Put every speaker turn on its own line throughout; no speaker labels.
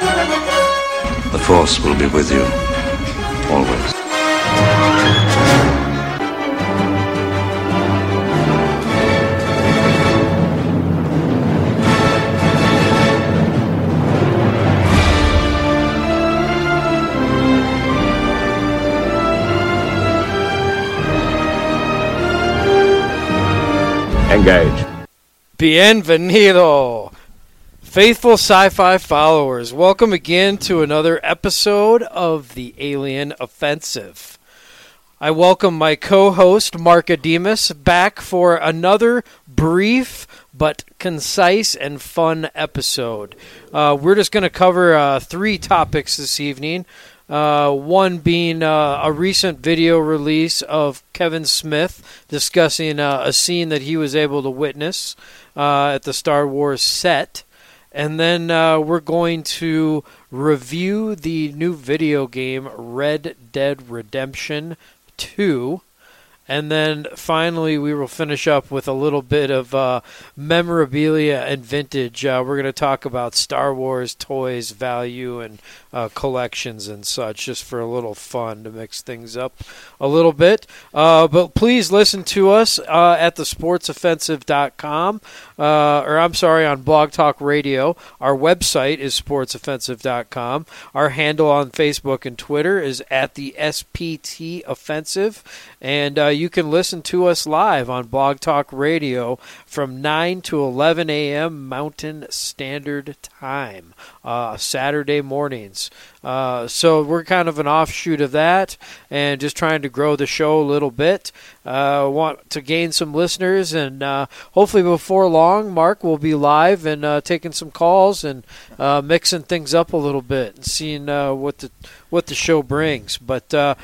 The Force will be with you. Always.
Engage.
Bienvenido, faithful sci-fi followers. Welcome again to another episode of the Alien Offensive. I welcome my co-host Mark Ademus back for another brief but concise and fun episode. Uh, we're just going to cover uh, three topics this evening. Uh, one being uh, a recent video release of Kevin Smith discussing uh, a scene that he was able to witness uh, at the Star Wars set. And then uh, we're going to review the new video game Red Dead Redemption 2. And then finally, we will finish up with a little bit of uh, memorabilia and vintage. Uh, we're going to talk about Star Wars toys, value, and uh, collections and such, just for a little fun to mix things up a little bit. Uh, but please listen to us uh, at thesportsoffensive.com, uh, or I'm sorry, on Blog Talk Radio. Our website is sportsoffensive.com. Our handle on Facebook and Twitter is at the SPT Offensive, and uh, you can listen to us live on Blog Talk Radio from 9 to 11 a.m. Mountain Standard Time, uh, Saturday mornings. Uh, so we're kind of an offshoot of that, and just trying to grow the show a little bit. Uh, want to gain some listeners, and uh, hopefully before long, Mark will be live and uh, taking some calls and uh, mixing things up a little bit and seeing uh, what the what the show brings. But uh,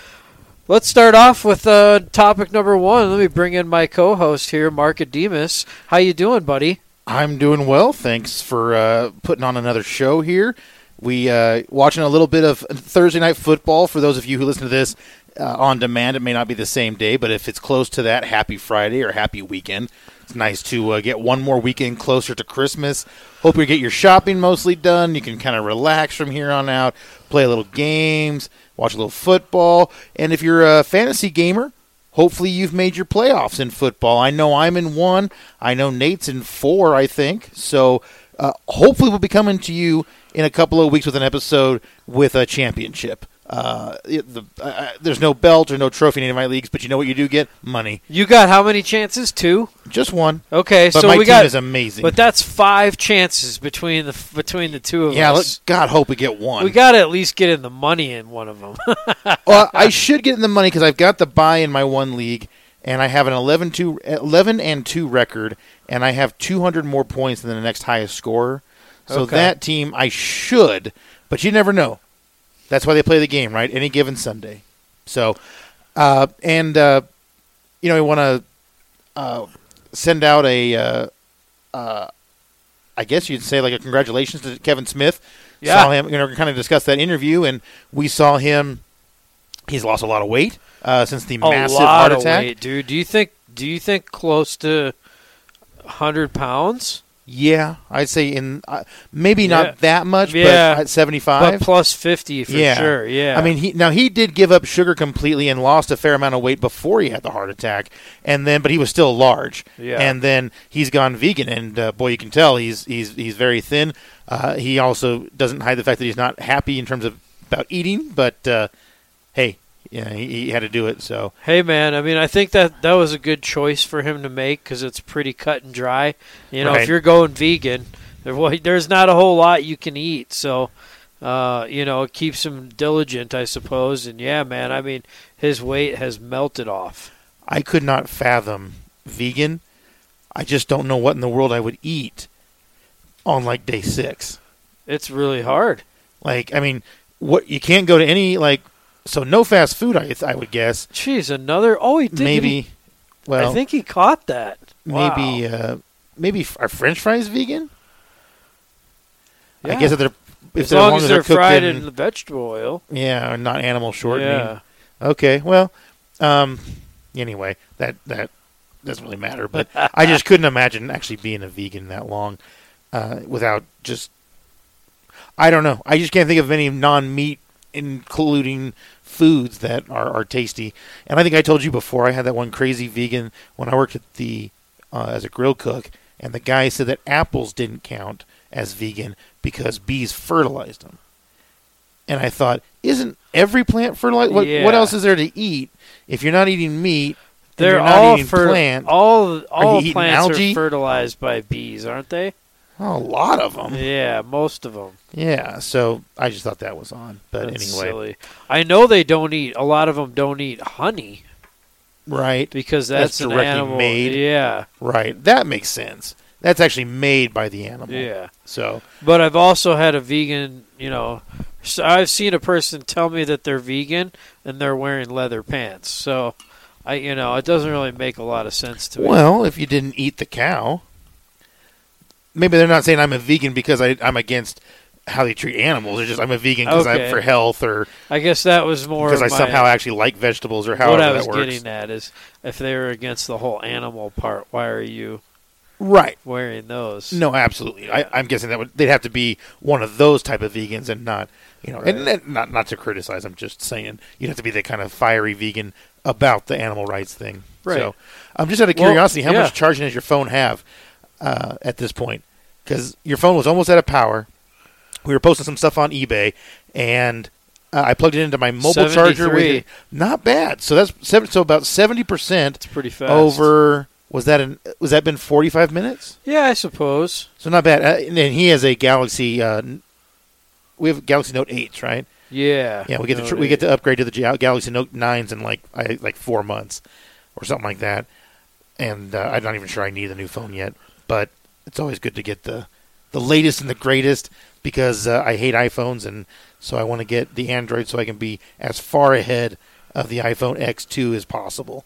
Let's start off with uh, topic number one. Let me bring in my co-host here, Mark Ademus. How you doing, buddy?
I'm doing well. Thanks for uh, putting on another show here. We uh, watching a little bit of Thursday night football for those of you who listen to this uh, on demand. It may not be the same day, but if it's close to that, happy Friday or happy weekend. It's nice to uh, get one more weekend closer to Christmas. Hope you get your shopping mostly done. You can kind of relax from here on out, play a little games, watch a little football, and if you're a fantasy gamer, Hopefully, you've made your playoffs in football. I know I'm in one. I know Nate's in four, I think. So, uh, hopefully, we'll be coming to you in a couple of weeks with an episode with a championship. Uh, it- the, uh, uh, there's no belt or no trophy in any of my leagues, but you know what you do get? Money.
You got how many chances? Two.
Just one.
Okay,
But
so
my
we
team
got
is amazing.
But that's five chances between the between the two of
yeah, let,
us.
God hope we get one.
we got to at least get in the money in one of them.
well, I should get in the money because I've got the buy in my one league, and I have an 11, two, 11 and 2 record, and I have 200 more points than the next highest scorer. So
Okay.
that team, I should, but you never know. That's why they play the game, right? Any given Sunday. So, uh, and, uh, you know, we want to uh, send out a. Uh, uh, I guess you'd say like a congratulations to Kevin Smith.
Yeah.
Saw him, you know, kind of discussed that interview, and we saw him. He's lost a lot of weight uh, since the
a
massive
lot
heart
of
attack.
weight, dude. Do you think? Do you think close to hundred pounds?
Yeah, I'd say in uh, maybe not
Yeah.
that much,
Yeah.
but at seventy
But
five.
plus 50 for sure. Yeah.
I mean, he now he did give up sugar completely and lost a fair amount of weight before he had the heart attack, and then but he was still large.
Yeah.
And then he's gone vegan, and uh, boy, you can tell he's he's he's very thin. Uh, he also doesn't hide the fact that he's not happy in terms of about eating, but uh, hey, yeah, he, he had to do it. So
Hey man, I mean, I think that that was a good choice for him to make because it's pretty cut and dry. You know,
Right.
if you're going vegan, there, well, there's not a whole lot you can eat, so uh, you know it keeps him diligent, I suppose. And yeah, man, I mean, his weight has melted off.
I could not fathom vegan. I just don't know what in the world I would eat on like day six.
It's really hard.
Like, I mean, what you can't go to any like so no fast food. I I would guess
Jeez, another. Oh, he did.
maybe.
he-
well,
I think he caught that.
maybe
Wow.
uh, maybe f- are French fries vegan? I
Yeah.
guess if they're if
as
they're,
long as they're
cooked
fried
in,
in the vegetable oil.
yeah, or not animal shortening.
Yeah.
Okay, well, um, anyway, that that doesn't really matter. But I just couldn't imagine actually being a vegan that long uh, without just. I don't know. I just can't think of any non-meat, including foods that are, are tasty. And I think I told you before I had that one crazy vegan when I worked at the uh, as a grill cook, and the guy said that apples didn't count as vegan because bees fertilized them. And I thought, isn't every plant fertilized? What,
Yeah.
what else is there to eat if you're not eating meat? and
They're
you're not
all
eating
fer-
plant.
all all
eating
plants
algae?
are fertilized by bees, aren't they?
a lot of them.
Yeah, most of them.
Yeah, so I just thought that was on. But
That's
anyway,
silly. I know they don't eat. A lot of them don't eat honey
right,
because
That's
that's, an
directly
animal.
made.
Yeah,
right. That makes sense. That's actually made by the animal.
yeah.
So
But I've also had a vegan. You know, so I've seen a person tell me that they're vegan and they're wearing leather pants. So, I you know, it doesn't really make a lot of sense to me.
well, if you didn't eat the cow, maybe they're not saying I'm a vegan because I, I'm against how they treat animals. They're just I'm a vegan because
Okay.
I'm for health or
I guess that was more
because I
of my-
somehow actually like vegetables or
what
however
I was
that works.
getting at is if they were against the whole animal part, why are you
Right.
wearing those?
No, absolutely. I, I'm guessing that would they'd have to be one of those type of vegans and not, you know, and, and not not to criticize. I'm just saying you'd have to be the kind of fiery vegan about the animal rights thing.
Right.
So, I'm just out of
Well,
curiosity, how
yeah.
much charging does your phone have uh, at this point? Because your phone was almost out of power. We were posting some stuff on eBay, and uh, I plugged it into my mobile charger.
73.
With, not bad. So that's seven, so about seventy percent
it's pretty fast.
over. Was that an? Was that been forty five minutes?
Yeah, I suppose.
So not bad. Uh, and then he has a Galaxy. Uh, n- we have Galaxy Note eights, right?
Yeah.
Yeah, we get the
No,
tr- we
it-
get to upgrade to the Gal- Galaxy Note nines in like I, like four months or something like that. And uh, I'm not even sure I need a new phone yet, but it's always good to get the the latest and the greatest because uh, I hate iPhones, and so I want to get the Android so I can be as far ahead of the iPhone X2 as possible.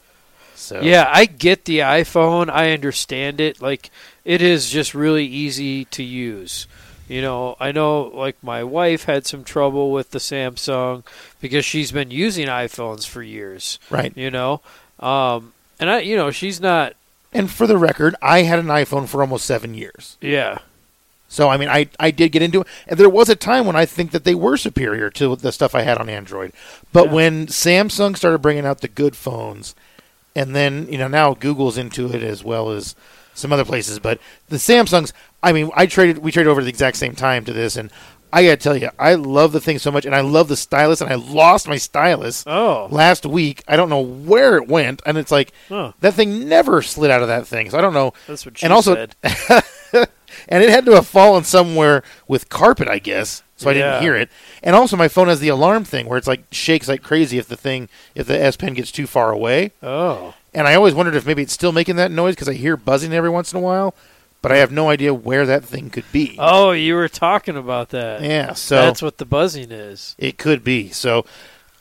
So
Yeah, I get the iPhone. I understand it. Like it is just really easy to use. You know, I know like my wife had some trouble with the Samsung because she's been using iPhones for years,
right.
you know. Um and I you know, she's not
And for the record, I had an iPhone for almost seven years.
yeah.
So I mean, I I did get into it, and there was a time when I think that they were superior to the stuff I had on Android. But
Yeah.
when Samsung started bringing out the good phones, and then you know now Google's into it as well as some other places. But the Samsungs, I mean, I traded we traded over at the exact same time to this, and I gotta tell you, I love the thing so much, and I love the stylus, and I lost my stylus
Oh.
last week. I don't know where it went, and it's like
Huh.
that thing never slid out of that thing. So I don't know.
That's what she
and also,
said.
and it had to have fallen somewhere with carpet, I guess. So I
Yeah.
didn't hear it. And also, my phone has the alarm thing where it's like shakes like crazy if the thing if the S Pen gets too far away.
Oh.
And I always wondered if maybe it's still making that noise because I hear buzzing every once in a while, but I have no idea where that thing could be.
Oh, you were talking about that.
yeah, so
That's what the buzzing is.
it could be. So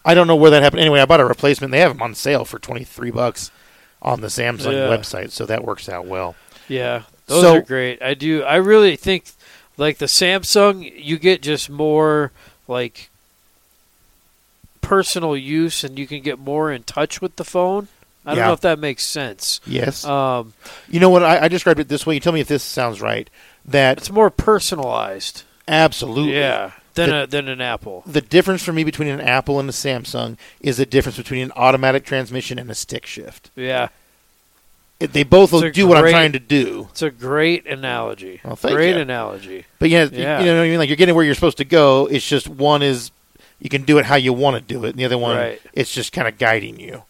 I don't know where that happened. Anyway, I bought a replacement. They have them on sale for twenty three bucks on the Samsung
Yeah.
website, so that works out well.
Yeah, those
So-
are great. I do. I really think like the Samsung, you get just more like personal use, and you can get more in touch with the phone. I don't
Yeah.
know if that makes sense.
Yes.
Um,
you know what? I, I described it this way. You tell me if this sounds right. That
it's more personalized.
absolutely.
Yeah, than
The-
a, than an Apple.
The difference for me between an Apple and a Samsung is the difference between an automatic transmission and a stick shift.
Yeah,
It- They both
It's a
do what I'm
great-
trying to do.
it's a great analogy.
Well, thank
great
you.
analogy.
But yeah,
Yeah.
You, know what I mean? Like you're getting where you're supposed to go. It's just one is you can do it how you want to do it, and the other one
Right.
it's just kind of guiding you.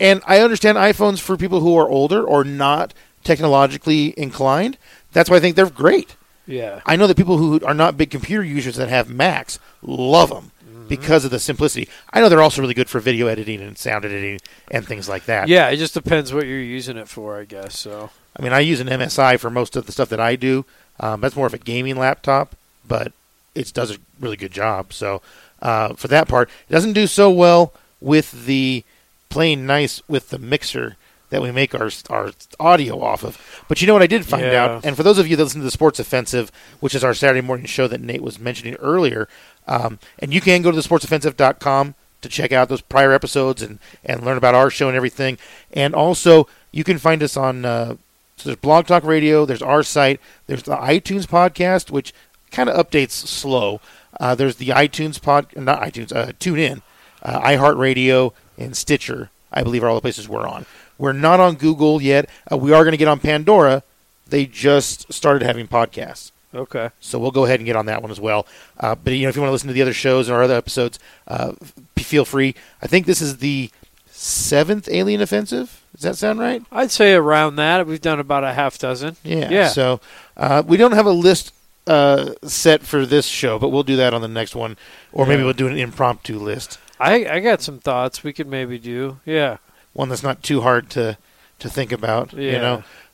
And I understand iPhones for people who are older or not technologically inclined. That's why I think they're great.
Yeah,
I know that people who are not big computer users that have Macs love them
Mm-hmm.
because of the simplicity. I know they're also really good for video editing and sound editing and things like that.
yeah. It just depends what you're using it for, I guess. So
I mean, I use an MSI for most of the stuff that I do. Um, that's more of a gaming laptop, but it does a really good job. So uh, for that part, it doesn't do so well with the playing nice with the mixer that we make our our audio off of. But you know what I did find
Yeah.
out, and for those of you that listen to the Sports Offensive, which is our Saturday morning show that Nate was mentioning earlier, um, and you can go to the sportsoffensive.com to check out those prior episodes and, and learn about our show and everything. And also, you can find us on uh, so there's Blog Talk Radio, there's our site, there's the iTunes podcast, which kind of updates slow. Uh, there's the iTunes pod, not iTunes, uh, tune in, uh, iHeartRadio, and Stitcher. I believe are all the places we're on. We're not on Google yet. Uh, we are going to get on Pandora. They just started having podcasts.
okay.
So we'll go ahead and get on that one as well. Uh, but you know, if you want to listen to the other shows and our other episodes, uh, f- feel free. I think this is the seventh Alien Offensive. Does that sound right?
I'd say around that we've done about a half dozen.
Yeah.
yeah.
So uh, we don't have a list uh, set for this show, but we'll do that on the next one, or maybe
Yeah.
we'll do an impromptu list,
I I got some thoughts we could maybe do. Yeah.
one that's not too hard to to think about. You
Yeah.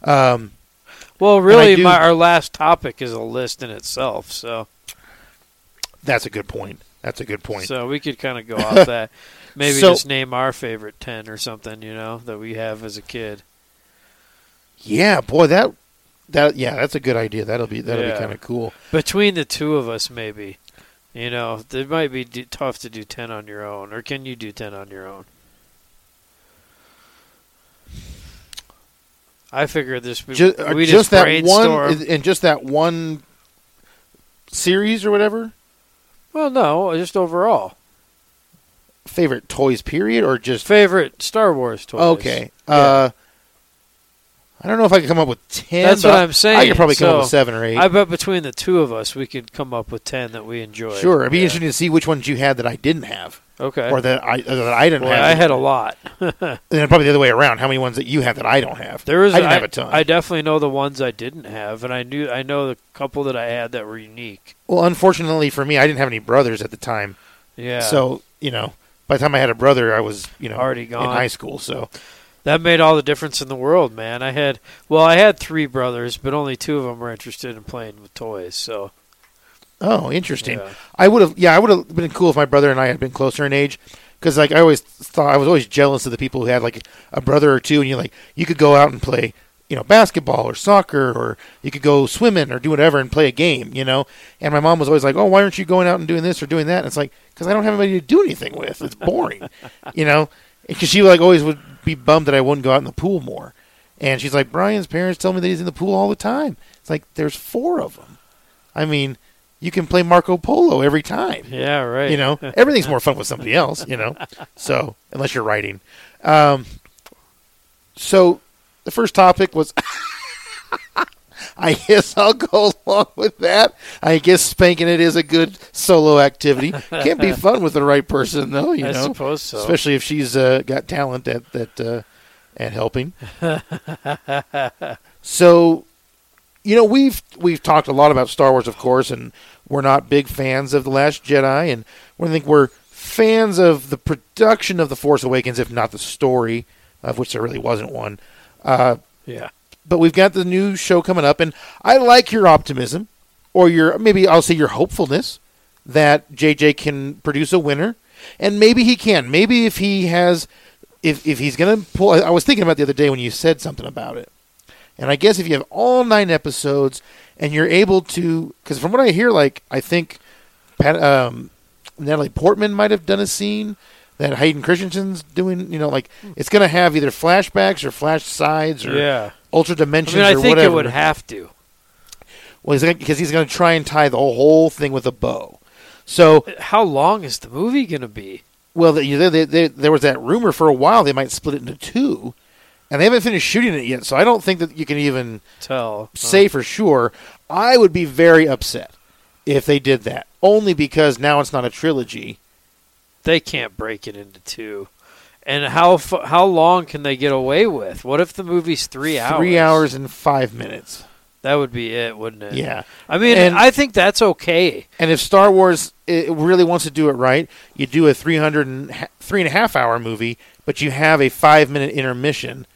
know. Um,
Well, really,
do-
my, our last topic is a list in itself. So
that's a good point. That's a good point.
so we could kind of go off that. Maybe
So-
just name our favorite ten or something. You know that we have as a kid.
yeah, boy, that that yeah, that's a good idea. That'll be that'll
Yeah.
be kind of cool.
between the two of us maybe you know it might be d- tough to do 10 on your own or can you do 10 on your own i figured this we
Just,
we
uh, just
just,
that
brainstorm.
one and just that one series or whatever
well no just overall
favorite toys period or just
favorite star wars toys
Okay. Uh, I don't know if I can come up with ten.
That's
but
what
I-
I'm saying.
I could probably come up with
So,
seven or eight.
i bet between the two of us we could come up with 10 that we enjoyed
sure. It'd be
Yeah.
interesting to see which ones you had that I didn't have,
okay
or that I or that I didn't
Boy,
have.
i had a lot
and then probably the other way around. How many ones that you have that I don't have?
There was
I didn't have a ton.
I definitely know the ones I didn't have, and I knew I know the couple that I had that were unique.
well, unfortunately for me, I didn't have any brothers at the time.
Yeah.
So you know, by the time I had a brother, I was you know
Already
in
gone.
high school. So
that made all the difference in the world, man. I had well, I had three brothers, but only two of them were interested in playing with toys. So
Oh, interesting.
Yeah.
I would have, yeah, I would have been cool if my brother and I had been closer in age, because like I always thought, I was always jealous of the people who had like a brother or two, and you like you could go out and play, you know, basketball or soccer, or you could go swimming or do whatever and play a game, you know. And my mom was always like, "Oh, why aren't you going out and doing this or doing that?" And it's like, because I don't have anybody to do anything with. It's boring, you know. Because she like always would be bummed that I wouldn't go out in the pool more. And she's like, Brian's parents tell me that he's in the pool all the time. It's like there's four of them. I mean, you can play Marco Polo every time.
yeah, right.
You know, everything's more fun with somebody else. You know, so unless you're writing. Um, so the first topic was. I guess I'll go along with that. I guess spanking it is a good solo activity. Can be fun with the right person, though. You
I
know,
suppose so.
especially if she's uh, got talent at that uh, at helping. so, you know, we've we've talked a lot about Star Wars, of course, and we're not big fans of the Last Jedi, and we think we're fans of the production of the Force Awakens, if not the story, of which there really wasn't one. Uh,
yeah,
but we've got the new show coming up, and I like your optimism, or your maybe I'll say your hopefulness that JJ can produce a winner, and maybe he can. Maybe if he has, if if he's gonna pull, I I was thinking about it the other day when you said something about it, and I guess if you have all nine episodes and you're able to, because from what I hear, like I think Pat, um, Natalie Portman might have done a scene. that Hayden Christensen's doing. You know, like it's going to have either flashbacks or flash sides or
Yeah.
ultra
I
dimensions
mean, I
or
think
whatever.
it would have to.
well, because he's going to try and tie the whole thing with a bow. So,
How long is the movie going to be?
well, the, you know, they, they, there was that rumor for a while they might split it into two, and they haven't finished shooting it yet. So I don't think that you can even
Uh-huh. Tell
say for sure, I would be very upset if they did that. Only because now it's not a trilogy.
they can't break it into two. And how fu- how long can they get away with? What if the movie's three hours?
Three hours and five minutes.
That would be it, wouldn't it?
Yeah.
I mean,
And-
I think that's okay.
And if Star Wars it really wants to do it right, you do a 300 and, ha- three and a half hour movie, but you have a five minute intermission,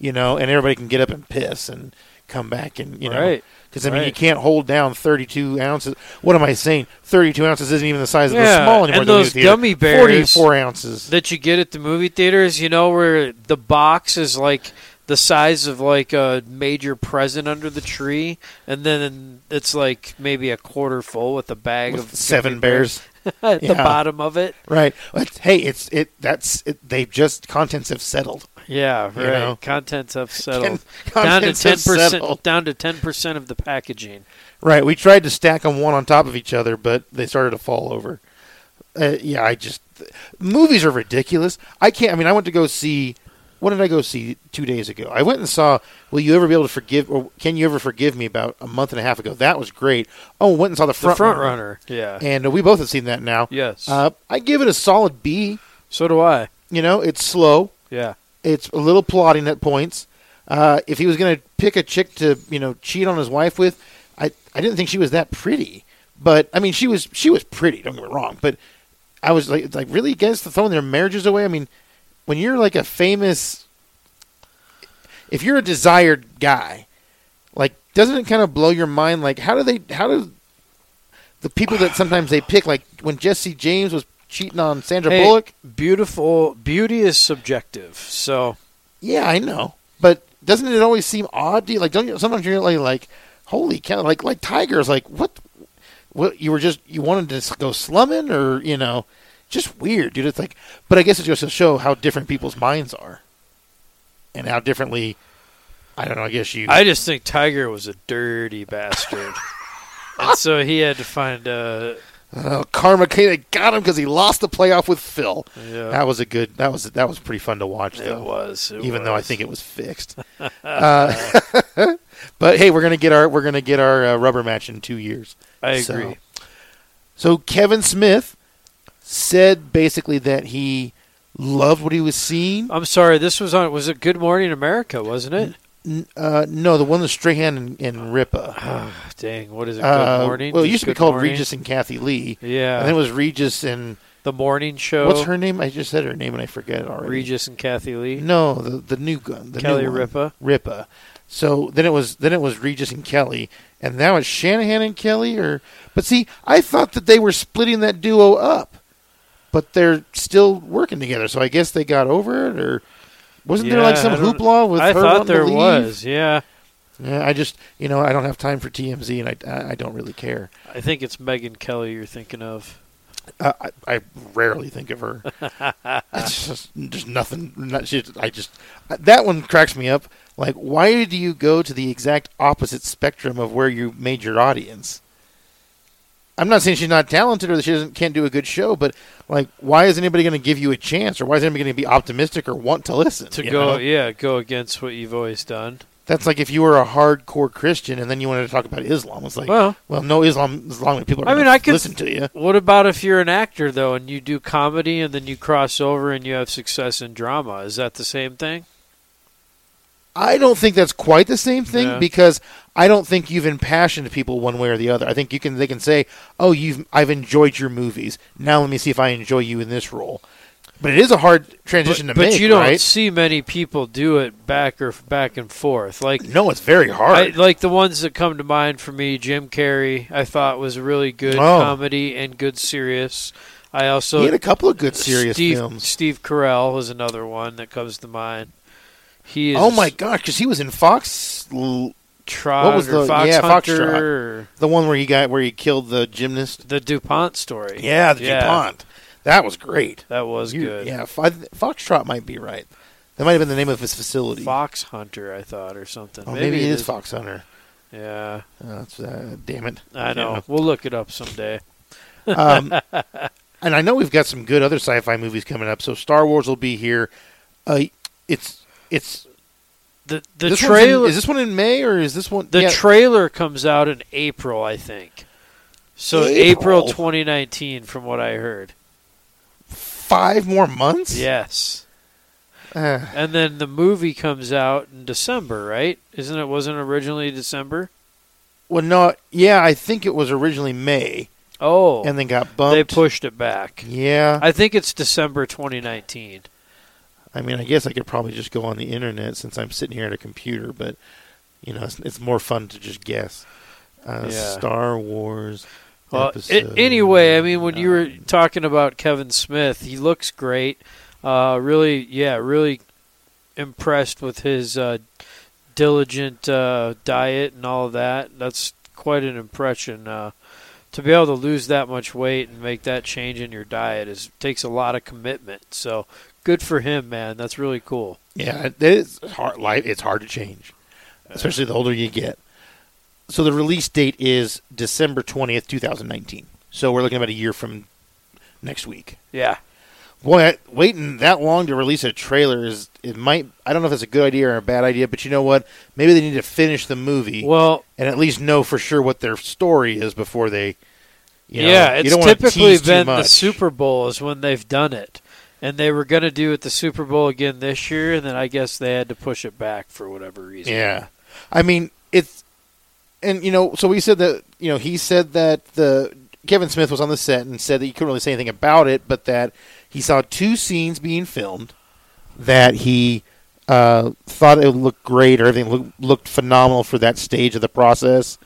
you know, and everybody can get up and piss and come back and, you know.
Right.
Because, I mean, you
Right.
can't hold down 32 ounces. What am I saying? 32 ounces isn't even the size of
Yeah,
the small anymore.
and
that we
those
do at the theater.
gummy bears-
44 ounces.
That you get at the movie theaters, you know, where the box is like the size of like a major present under the tree, and then it's like maybe a quarter full with a bag
With
of
seven
gummy
bears.
at the
Yeah.
bottom of it.
Right. But, hey, it's it. That's it, they've just contents have settled.
Yeah, right.
You know?
Contents have settled down to
contents
ten
have
percent.
settled.
Down to ten percent of the packaging.
Right. We tried to stack them one on top of each other, but they started to fall over. Uh, yeah, I just th- movies are ridiculous. I can't. I mean, I went to go see. What did I go see two days ago? I went and saw. Will you ever be able to forgive? Or can you ever forgive me? About a month and a half ago, that was great. Oh, went and saw the
The
front,
front, runner. Yeah.
and uh, we both have seen that now.
yes.
Uh, I give it a solid B.
so do I.
You know, it's slow.
Yeah.
It's a little plotting at points. Uh, if he was going to pick a chick to you know cheat on his wife with, I I didn't think she was that pretty. But I mean, she was she was pretty. Don't get me wrong. But I was like it's like really against the throwing their marriages away. I mean, when you're like a famous, if you're a desired guy, like doesn't it kind of blow your mind? Like how do they how do the people that sometimes they pick like when Jesse James was cheating on Sandra
Hey,
Bullock?
beautiful beauty is subjective. So
Yeah, I know, but doesn't it always seem odd? To you? Like, don't you, sometimes you're like, like, holy cow! Like, like tigers, like what? What you were just you wanted to s- go slumming, or you know, just weird, dude. It's like, but I guess it just to show how different people's minds are, and how differently. I don't know. I guess you.
I just think Tiger was a dirty bastard, and so he had to find uh, a.
Oh, Karma Kane got him because he lost the playoff with Phil.
Yeah.
That was a good. That was that was pretty fun to watch.
It
though.
was. it
even though I
was.
think it was fixed. uh, but hey, we're gonna get our we're gonna get our uh, rubber match in two years.
I agree.
So- So Kevin Smith said basically that he loved what he was seeing.
I'm sorry. This was on. Was it Good Morning America? Wasn't it?
N- Uh, no, the one with Strahan and, and Ripa.
Ah, dang. What is it? Good
Uh,
Morning.
well, it
Just
used to be
Good
called
Morning?
Regis and Kathy Lee.
Yeah.
and then it was Regis and
The morning show.
what's her name? I just said her name and I forget it already.
Regis and Kathy Lee.
No, the the new gun, the
Kelly
new one.
Ripa?
Ripa. So then it was then it was Regis and Kelly, and now it's Shanahan and Kelly. Or but see, I thought that they were splitting that duo up, but they're still working together. So I guess they got over it, or wasn't there like
Yeah,
some
I don't-
hoopla with her
I thought
wanting to
there
leave?
was. Yeah.
Yeah, I just you know I don't have time for TMZ, and I- I I don't really care.
I think it's Megan Kelly you're thinking of.
Uh, I, I rarely think of her. it's just, just nothing. Not, she, I just uh, that one cracks me up. Like, why do you go to the exact opposite spectrum of where you made your audience? I'm not saying she's not talented or that she doesn't can't do a good show, but like, why is anybody going to give you a chance, or why is anybody going to be optimistic or want to listen?
To
you
go,
know?
yeah, go against what you've always done.
that's like if you were a hardcore Christian and then you wanted to talk about Islam. It's like,
Well-
well, no Islam. Islamic people. Are
I mean,
gonna
I could-
listen to you.
What about if you're an actor though, and you do comedy, and then you cross over and you have success in drama? Is that the same thing?
I don't think that's quite the same thing
Yeah.
because I don't think you've impassioned people one way or the other. I think you can they can say, "Oh, you've I've enjoyed your movies. Now let me see if I enjoy you in this role." But it is a hard transition
But,
to
but
make,
you don't
right?
see many people do it back or back and forth. Like
No, it's very
I,
hard.
like the ones that come to mind for me, Jim Carrey, I thought was a really good
Oh.
comedy and good serious. I also
he had a couple of good serious
Steve,
films.
Steve Carell was another one that comes to mind. He is
Oh my gosh, because he was in Fox, l-
Trot
what was
or
the-
Fox
yeah,
Hunter
Foxtrot.
or
the one where he got where he killed the gymnast.
the DuPont story.
Yeah, the DuPont. That was great.
That was
You-
good.
Yeah, Fo- Foxtrot might be right. That might have been the name of his facility.
Fox Hunter, I thought, or something.
oh, maybe, it is Fox Hunter.
Yeah,
Uh, that's, uh, damn it.
I know.
Yeah.
We'll look it up someday.
Um, and I know we've got some good other sci-fi movies coming up. So Star Wars will be here. Uh, it's it's
the
this
The
one's in-
trailer
is this one in May or is this one
the
yeah,
trailer comes out in April, I think. So April.
April?
2019, from what I heard.
five more months?
Yes,
Uh,
and then the movie comes out in December, right? Isn't it? Wasn't it originally December?
well, no. Yeah, I think it was originally May
Oh,
and then got bumped.
they pushed it back.
Yeah,
I think it's December 2019.
I mean, I guess I could probably just go on the internet since I'm sitting here at a computer, but you know, it's, it's more fun to just guess. Uh,
Yeah.
Star Wars.
Well,
episode.
a- anyway, I mean, when you were talking about Kevin Smith, he looks great. Uh, really, yeah, really impressed with his uh, diligent uh, diet and all of that. That's quite an impression. Uh, to be able to lose that much weight and make that change in your diet is takes a lot of commitment. So good for him, man. That's really cool.
Yeah, it's hard. Life it's hard to change,
Uh,
especially the older you get. So the release date is December twentieth, two thousand nineteen. So we're looking about a year from next week.
Yeah,
Boy, I- waiting that long to release a trailer is it might. I don't know if that's a good idea or a bad idea, but you know what? Maybe they need to finish the movie
Well-
and at least know for sure what their story is before they. You know,
yeah,
you
it's
don't wanna
typically
tease too
been the
much.
Super Bowl is when they've done it, and they were going to do it the Super Bowl again this year, and then I guess they had to push it back for whatever reason.
Yeah, I mean it's, and you know, so we said that you know he said that the Kevin Smith was on the set and said that he couldn't really say anything about it, but that he saw two scenes being filmed that he uh, thought it would look great or everything look, looked phenomenal for that stage of the process,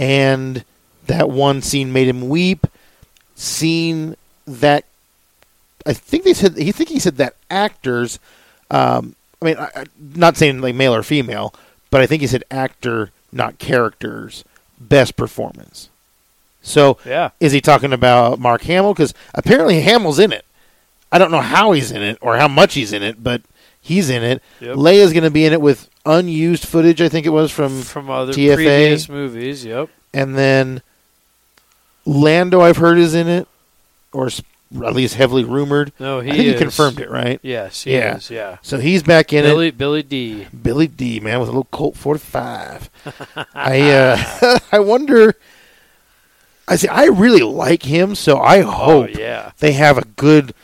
and that one scene made him weep. Scene that I think they said he think he said that actors. Um, I mean, I, I, not saying like male or female, but I think he said actor, not characters, best performance. So
Yeah.
is he talking about Mark Hamill? Because apparently Hamill's in it. I don't know how he's in it or how much he's in it, but he's in it.
Yep.
Leia's going to be in it with unused footage. I think it was from
from other
TFA,
previous movies. Yep,
and then Lando. I've heard is in it, or s- at least heavily rumored.
No, he
I think
is.
he confirmed it, right?
yes, he
Yeah.
is. Yeah,
So he's back in
Billy Billy D.
it. Billy D, man, with a little Colt 45. I uh, I wonder. I see. I really like him, so I
Oh
hope
yeah,
they have a good.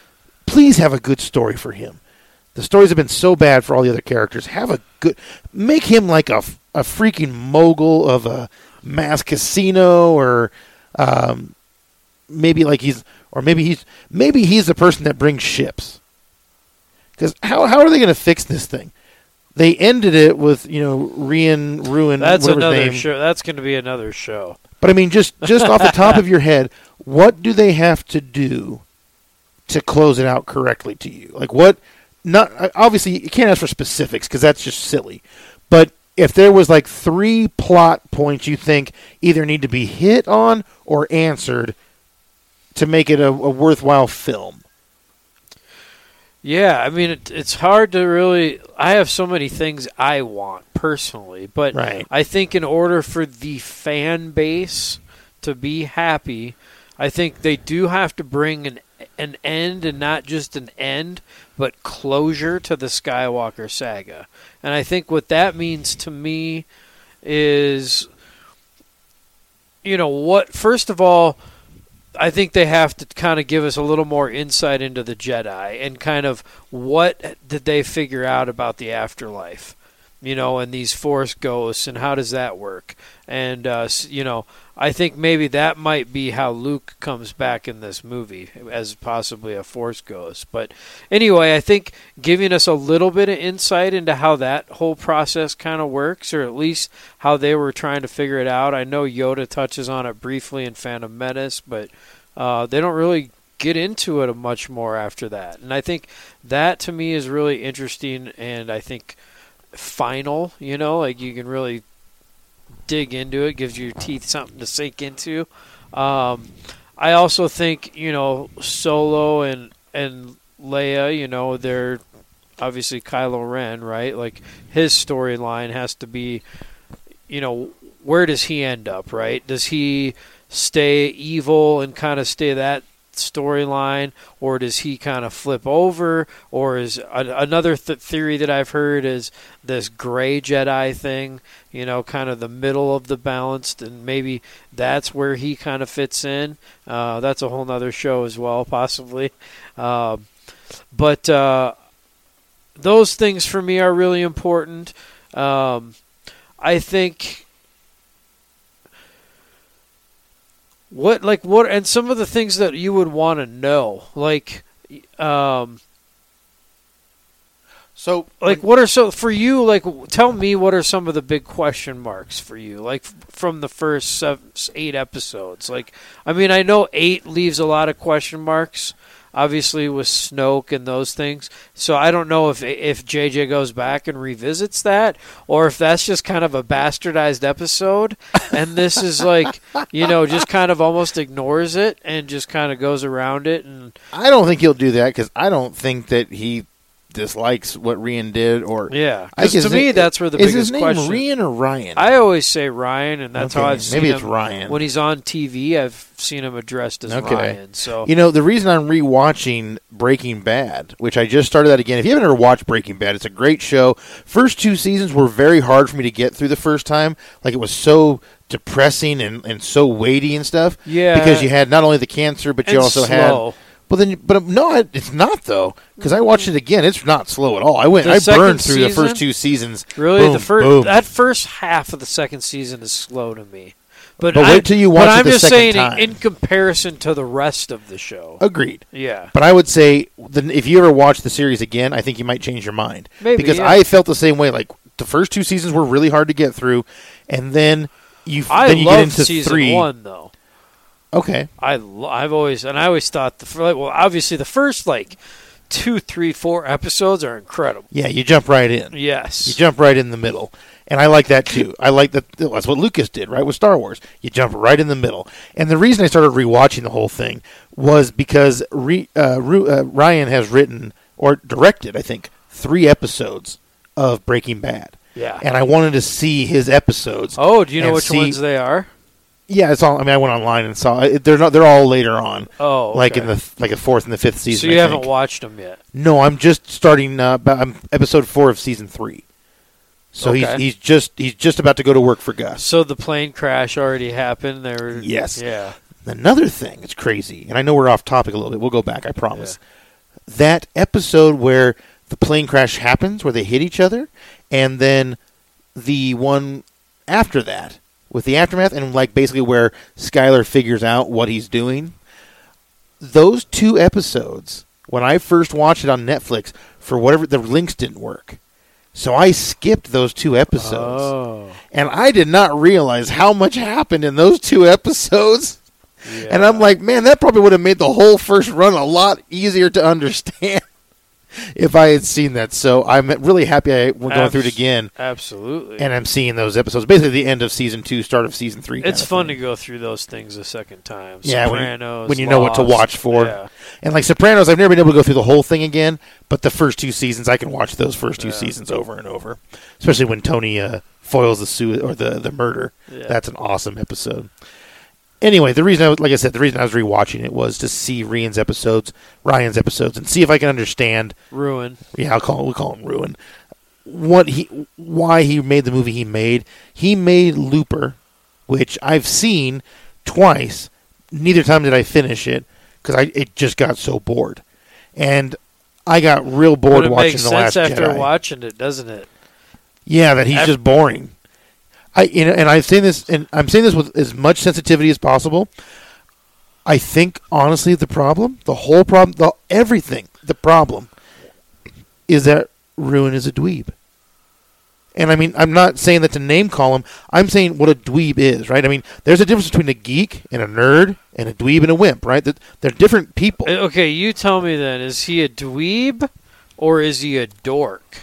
Please have a good story for him. The stories have been so bad for all the other characters. Have a good. Make him like a, f- a freaking mogul of a mass casino, or um, maybe like he's, or maybe he's, maybe he's the person that brings ships. Because how how are they going to fix this thing? They ended it with you know Rian Ruin.
that's
whatever his
another
name.
show. That's going to be another show.
But I mean, just just off the top of your head, what do they have to do to close it out correctly to you? Like what? Not I- obviously, you can't ask for specifics because that's just silly. But if there was like three plot points you think either need to be hit on or answered to make it a, a worthwhile film,
Yeah, I mean it, it's hard to really. I have so many things I want personally, but
Right.
I think in order for the fan base to be happy, I think they do have to bring an an end and not just an end, but closure to the Skywalker saga. And I think what that means to me is, you know, what first of all. I think they have to kind of give us a little more insight into the Jedi and kind of what did they figure out about the afterlife, you know, and these Force ghosts and how does that work? And uh, s- you know, I think maybe that might be how Luke comes back in this movie as possibly a Force ghost. But anyway, I think giving us a little bit of insight into how that whole process kind of works, or at least how they were trying to figure it out. I know Yoda touches on it briefly in Phantom Menace, but uh, they don't really get into it much more after that. And I think that to me is really interesting, and I think final. You know, like you can really dig into it, gives your teeth something to sink into. Um, I also think you know Solo and and Leia. You know they're obviously Kylo Ren, right? Like his storyline has to be, you know, where does he end up, right? Does he stay evil and kind of stay that storyline, or does he kind of flip over? Or is a, another th- theory that I've heard is this gray Jedi thing, you know, kind of the middle of the balanced, and maybe that's where he kind of fits in. Uh, that's a whole nother show as well, possibly. Um, but uh, those things for me are really important. Um, I think what like what and some of the things that you would want to know like um
So
like what are so for you like tell me what are some of the big question marks for you like f- from the first seven, eight episodes like i mean i know eight leaves a lot of question marks obviously with snoke and those things so i don't know if if jj goes back and revisits that or if that's just kind of a bastardized episode and this is like you know just kind of almost ignores it and just kind of goes around it and
I don't think he'll do that because I don't think that he dislikes what Rian did. Or
yeah
I think
'Cause
his
to me
na-
that's where the
is
biggest
his name
question
Rian or Ryan.
I always say Ryan, and that's how
Okay,
I've seen
maybe it's
him.
Ryan.
When he's on TV, I've seen him addressed as
Okay.
Ryan. So
You know, the reason I'm rewatching Breaking Bad, which I just started that again. If you haven't ever watched Breaking Bad, it's a great show. First two seasons were very hard for me to get through the first time. Like it was so depressing and, and so weighty and stuff.
Yeah.
Because you had not only the cancer, but you
And
also
slow.
had. Well then, but um, no, it- it's not though. Because I watched it again, it's not slow at all. I went,
The
I
second
burned through the
season?
first two seasons.
really,
Boom,
the first
boom.
that first half of the second season is slow to me. But,
But
I,
wait till you watch
but
it
I'm
the
just
second
saying,
time.
in comparison to the rest of the show,
agreed.
yeah,
But I would say the, if you ever watch the series again, I think you might change your mind.
Maybe,
because
yeah.
I felt the same way. Like the first two seasons were really hard to get through, and then you
I
then you get
love
into
season
three.
one though.
Okay,
I lo- I've always and I always thought the fir- like, well, obviously the first like two, three, four episodes are incredible.
yeah, you jump right in.
Yes,
You jump right in the middle, and I like that too. I like that. That's what Lucas did, right, with Star Wars. You jump right in the middle, and the reason I started rewatching the whole thing was because re, uh, Ru, uh, Ryan has written or directed, I think, three episodes of Breaking Bad.
Yeah.
and I wanted to see his episodes.
Oh, do you know
and
which
see-
ones they are?
Yeah, it's all. I mean, I went online and saw. It, they're not. They're all later on.
Oh, okay.
like in the like the fourth and the fifth season.
so you
I
haven't
think.
watched them yet.
No, I'm just starting. Uh, about, I'm episode four of season three. So he's
Okay.
he's just he's just about to go to work for Gus.
So the plane crash already happened. They were
Yes.
yeah.
Another thing that's crazy, and I know we're off topic a little bit. We'll go back. I promise. That episode where the plane crash happens, where they hit each other, and then the one after that with the aftermath, and like basically where Skyler figures out what he's doing. those two episodes when I first watched it on Netflix for whatever the links didn't work. So I skipped those two episodes.
Oh.
And I did not realize how much happened in those two episodes. And I'm like, man, that probably would have made the whole first run a lot easier to understand if I had seen that. So I'm really happy I we're going through it
Abs-
again
Absolutely.
and I'm seeing those episodes. Basically the end of season 2, start of season 3. kind
it's
of
fun
thing.
to go through those things a second time.
Yeah, when you-
Sopranos,
when you, know what to
Lost,
watch for.
yeah.
And like Sopranos, I've never been able to go through the whole thing again, but the first two seasons, I can watch those first two seasons over and over. Especially when Tony uh, foils the sui- or the the murder.
Yeah.
That's an awesome episode. Anyway, the reason I was, like I said, the reason I was rewatching it was to see Ryan's episodes, Ryan's episodes, and see if I can understand.
Ruin.
Yeah, I'll call we call him Ruin. What he, why he made the movie he made. He made Looper, which I've seen twice. Neither time did I finish it because I it just got so bored, and I got real bored
But it
watching
makes
the
sense
last
after
Jedi.
watching it, doesn't it?
Yeah, that he's
Af-
just boring. I you know, and I've seen this, and I'm saying this with as much sensitivity as possible. I think honestly, the problem, the whole problem, the everything, the problem, is that Ruin is a dweeb. And I mean, I'm not saying that to name call him. I'm saying what a dweeb is, right? I mean, there's a difference between a geek and a nerd and a dweeb and a wimp, right? That they're different people.
Uh, Okay, you tell me then. Is he a dweeb or is he a dork?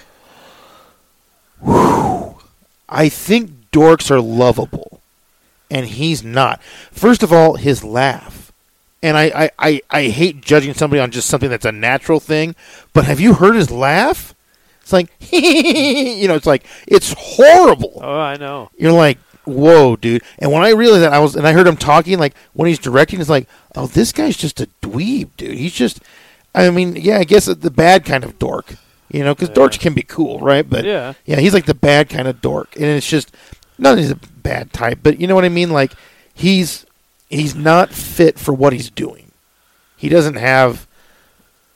I think dorks are lovable, and he's not. First of all, his laugh. and I, I, I, I hate judging somebody on just something that's a natural thing. But have you heard his laugh? It's like you know, it's like it's horrible.
Oh, I know.
You're like, whoa, dude. And when I realized that, I was, and I heard him talking, like when he's directing, it's like, oh, this guy's just a dweeb, dude. He's just, I mean, yeah, I guess the bad kind of dork, you know, because dorks can be cool, right? But
Yeah.
yeah, he's like the bad kind of dork, and it's just not that he's a bad type, but you know what I mean? Like he's he's not fit for what he's doing. He doesn't have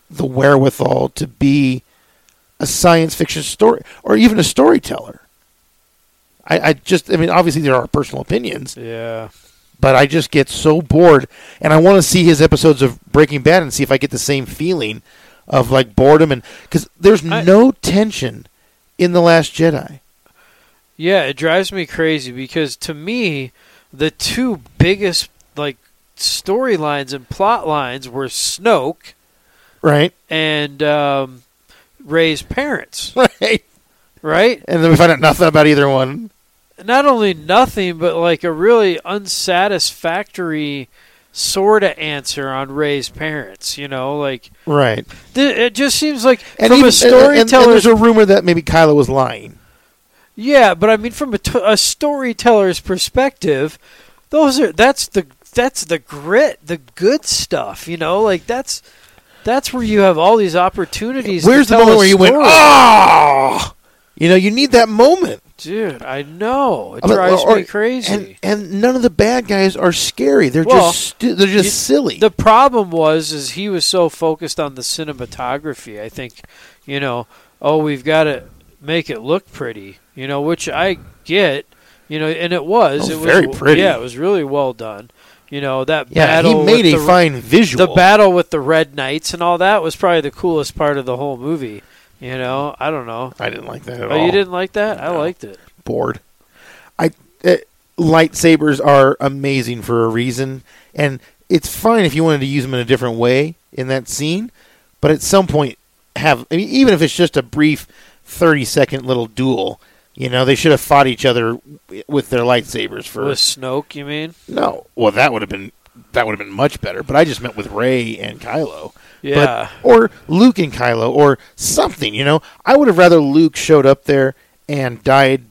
the wherewithal to be a science fiction story or even a storyteller. I, I just, I mean, obviously there are personal opinions,
Yeah.
but I just get so bored, and I want to see his episodes of Breaking Bad and see if I get the same feeling of like boredom and because there's
I-
no tension in the Last Jedi.
Yeah, it drives me crazy because to me, the two biggest like storylines and plot lines were Snoke
Right,
and um, Ray's parents,
right,
right?
and then we find out nothing about either one.
Not only nothing, but like a really unsatisfactory sort of answer on Ray's parents. You know, like
Right,
th- it just seems like
and
from
even-
a
and- and- and
storyteller's
there's a rumor that maybe Kylo was lying.
Yeah, but I mean, from a, t- a storyteller's perspective, those are that's the that's the grit, the good stuff. You know, like that's that's where you have all these opportunities. to
Where's the
tell
moment
a
where you went,
story.
ah? You know, you need that moment.
dude? I know it
I mean,
drives
or- or-
me crazy.
And, and none of the bad guys are scary. They're
Well,
just stu- they're just
you-
silly.
The problem was is he was so focused on the cinematography. I think, you know, oh, we've got to make it look pretty, you know, which I get, you know, and it was
Oh,
it
very
was
pretty.
Yeah, it was really well done. You know that
yeah, he
battle.
made
with
a
the,
fine visual.
The battle with the Red Knights and all that was probably the coolest part of the whole movie. You know, I don't know.
I didn't like that at all.
Oh, you didn't like that? I liked it.
bored. I uh, lightsabers are amazing for a reason, and it's fine if you wanted to use them in a different way in that scene. But at some point, have I mean, even if it's just a brief thirty-second little duel, you know, they should have fought each other w- with their lightsabers for
With Snoke, you mean?
No. Well, that would have been that would have been much better. But I just meant with Ray and Kylo.
Yeah.
But, or Luke and Kylo, or something. You know, I would have rather Luke showed up there and died,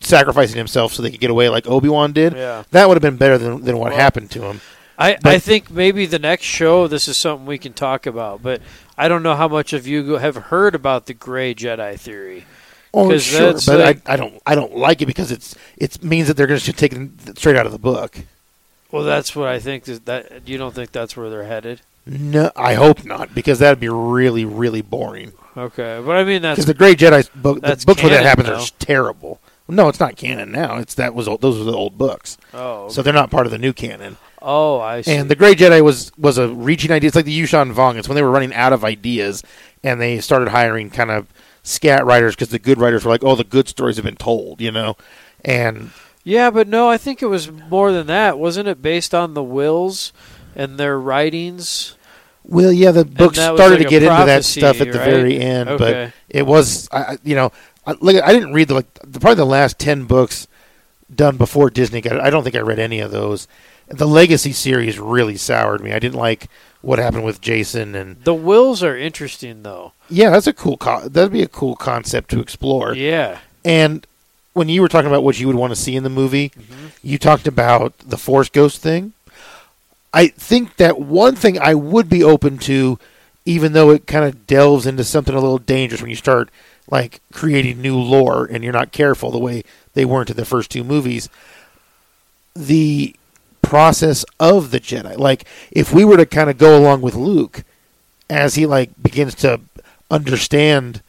sacrificing himself so they could get away, like Obi Wan did.
Yeah.
That would have been better than than what
Well-
happened to him.
I,
But-
I think maybe the next show this is something we can talk about, but I don't know how much of you have heard about the gray Jedi theory.
Oh,
'Cause
sure,
that's
but
like-
I, I don't I don't like it because it's it means that they're going to take it straight out of the book.
Well, that's what I think is that you don't think that's where they're headed.
No, I hope not because that'd be really really boring.
Okay, but I mean that's
Because the Great Jedi book, the
that's
books where that
canon
happens
now.
are terrible. No, it's not canon now. It's that was old, those were the old books,
oh
so they're not part of the new canon.
oh I see.
And the Great Jedi was was a reaching idea. It's like the Yushan Vong. It's when they were running out of ideas, and they started hiring kind of scat writers because the good writers were like, "Oh, the good stories have been told," you know. And
yeah, but no, I think it was more than that, wasn't it? Based on the wills and their writings.
well, yeah, the book
that was
started
like
to
a
get into that
prophecy,
stuff at the
right?
very end,
Okay.
but it was, I, I- you know, I, like I didn't read the like the, probably the last ten books done before Disney got it. I don't think I read any of those. The Legacy series really soured me. I didn't like what happened with Jason, and
The wills are interesting though.
yeah, that's a cool. Co- that'd be a cool concept to explore.
Yeah,
And when you were talking about what you would want to see in the movie, you talked about the Force Ghost thing. I think that one thing I would be open to, even though it kind of delves into something a little dangerous when you start like creating new lore and you're not careful the way they weren't in the first two movies, the process of the Jedi. Like if we were to kind of go along with Luke as he like begins to understand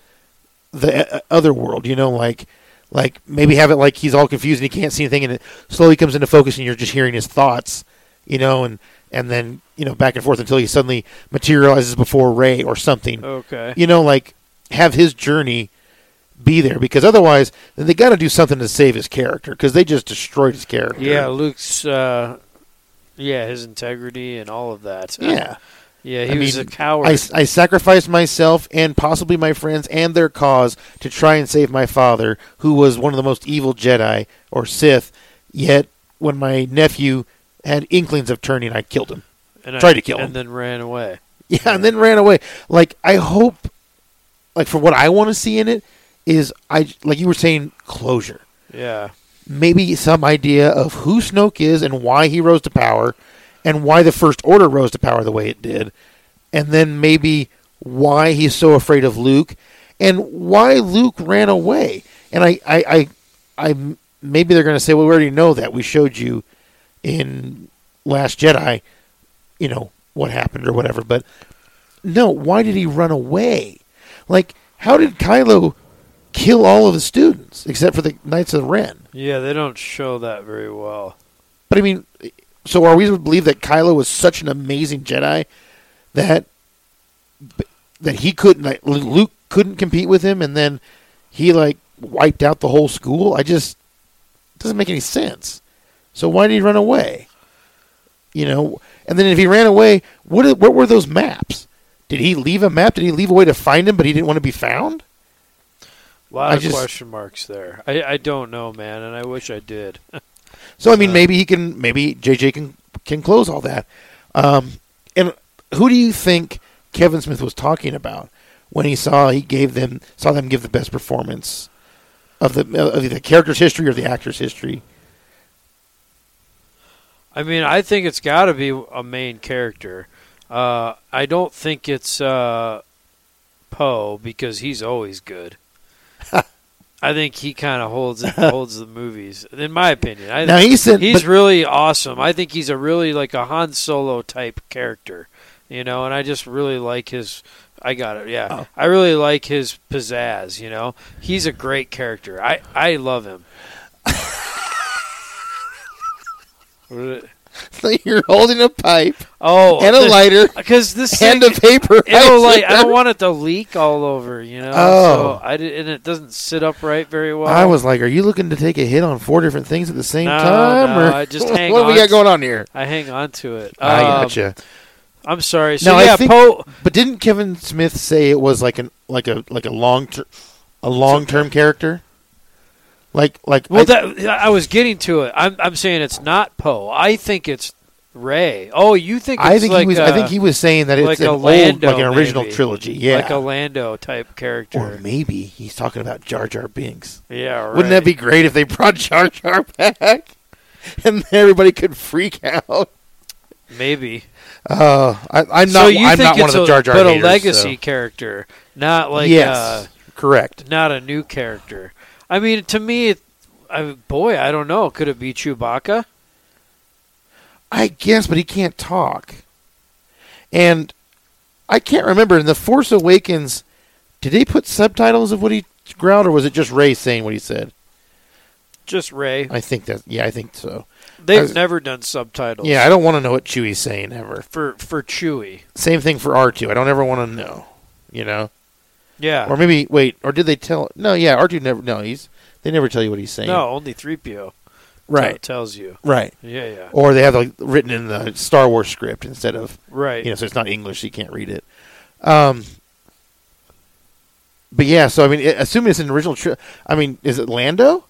the uh, other world, you know, like like maybe have it like he's all confused and he can't see anything, and it slowly comes into focus, and you're just hearing his thoughts, you know, and and then you know back and forth until he suddenly materializes before Ray or something.
Okay.
you know, like have his journey be there because otherwise, then they got to do something to save his character because they just destroyed his character.
yeah. Luke's, uh, yeah, his integrity and all of that.
yeah.
yeah, he
I
was
mean,
a coward.
I, I sacrificed myself and possibly my friends and their cause to try and save my father, who was one of the most evil Jedi or Sith. Yet, when my nephew had inklings of turning, I killed him.
and
Tried to kill him.
and then ran away.
Yeah, and then ran away. Like I hope, like for what I want to see in it is I like you were saying closure,
Yeah,
maybe some idea of who Snoke is and why he rose to power, and why the First Order rose to power the way it did, and then maybe why he's so afraid of Luke, and why Luke ran away. And I, I, I, I maybe they're going to say, well, we already know that. We showed you in Last Jedi, you know what happened or whatever. But no, why did he run away? Like, how did Kylo kill all of his students except for the Knights of Ren?
yeah, they don't show that very well.
But I mean, so are we to believe that Kylo was such an amazing Jedi that that he couldn't like, Lu- Luke couldn't compete with him, and then he like wiped out the whole school? I just it doesn't make any sense. So why did he run away? You know, and then if he ran away, what i- what were those maps? Did he leave a map? Did he leave a way to find him, but he didn't want to be found?
A lot
I
of
just-
question marks there. I, I don't know, man, and I wish I did.
So I
Uh-huh.
mean, maybe he can. Maybe JJ can can close all that. Um, and who do you think Kevin Smith was talking about when he saw he gave them saw them give the best performance of the of the character's history or the actor's history?
I mean, I think it's got to be a main character. Uh, I don't think it's uh, Poe because he's always good. I think he kind of holds it, holds the movies, in my opinion. I,
Now he said,
he's
but,
really awesome. I think he's a really like a Han Solo type character, you know. And I just really like his. I got it. Yeah,
Oh.
I really like his pizzazz. You know, he's a great character. I I love him. What is it?
you're holding a pipe
Oh,
and a lighter
because this
and
thing,
a paper.
it'll like I don't want it to leak all over. You know,
Oh.
so I did, and it doesn't sit upright very well.
I was like, "Are you looking to take a hit on four different things at the same
No,
time?"
no,
or
I just hang
what
on
we got
to-
going on here?
I hang on to it.
I
Um,
gotcha.
I'm sorry. So
Now, I
yeah,
think-
Poe.
But didn't Kevin Smith say it was like an like a like a long ter- a long term character? Like like
Well,
I-
that I was getting to it. I'm I'm saying it's not Poe. I think it's Ray. Oh, you think it's
I think
like
he was
a,
I think he was saying that it's
like
an
a
old
Lando,
like an original
maybe.
trilogy, yeah.
like a Lando type character.
or maybe he's talking about Jar Jar Binks.
Yeah, right.
Wouldn't that be great if they brought Jar Jar back and everybody could freak out?
maybe?
Uh, I, I'm
so
not.
you
I'm
think
not one
it's
of the
a,
Jar Jar
but
haters,
a legacy
so-
character, not like
yes,
uh,
correct.
not a new character. I mean, to me, it, I, boy, I don't know. Could it be Chewbacca?
I guess, but he can't talk. And I can't remember in the Force Awakens, did they put subtitles of what he growled, or was it just Ray saying what he said?
Just Ray.
I think that, yeah, I think so.
They've
was-
never done subtitles.
Yeah, I don't want to know what Chewie's saying ever.
for for Chewie.
Same thing for R two. I don't ever want to know, you know.
Yeah.
Or maybe wait, or did they tell? No, yeah, R two never. No, he's they never tell you what he's saying.
no, only three PO.
right,
Tells you.
right.
Yeah, yeah.
Or they have like written in the Star Wars script instead of
Right.
you know, so it's not English, so you can't read it. Um, but yeah, so I mean, it, assuming it's an original, tri- I mean, is it Lando?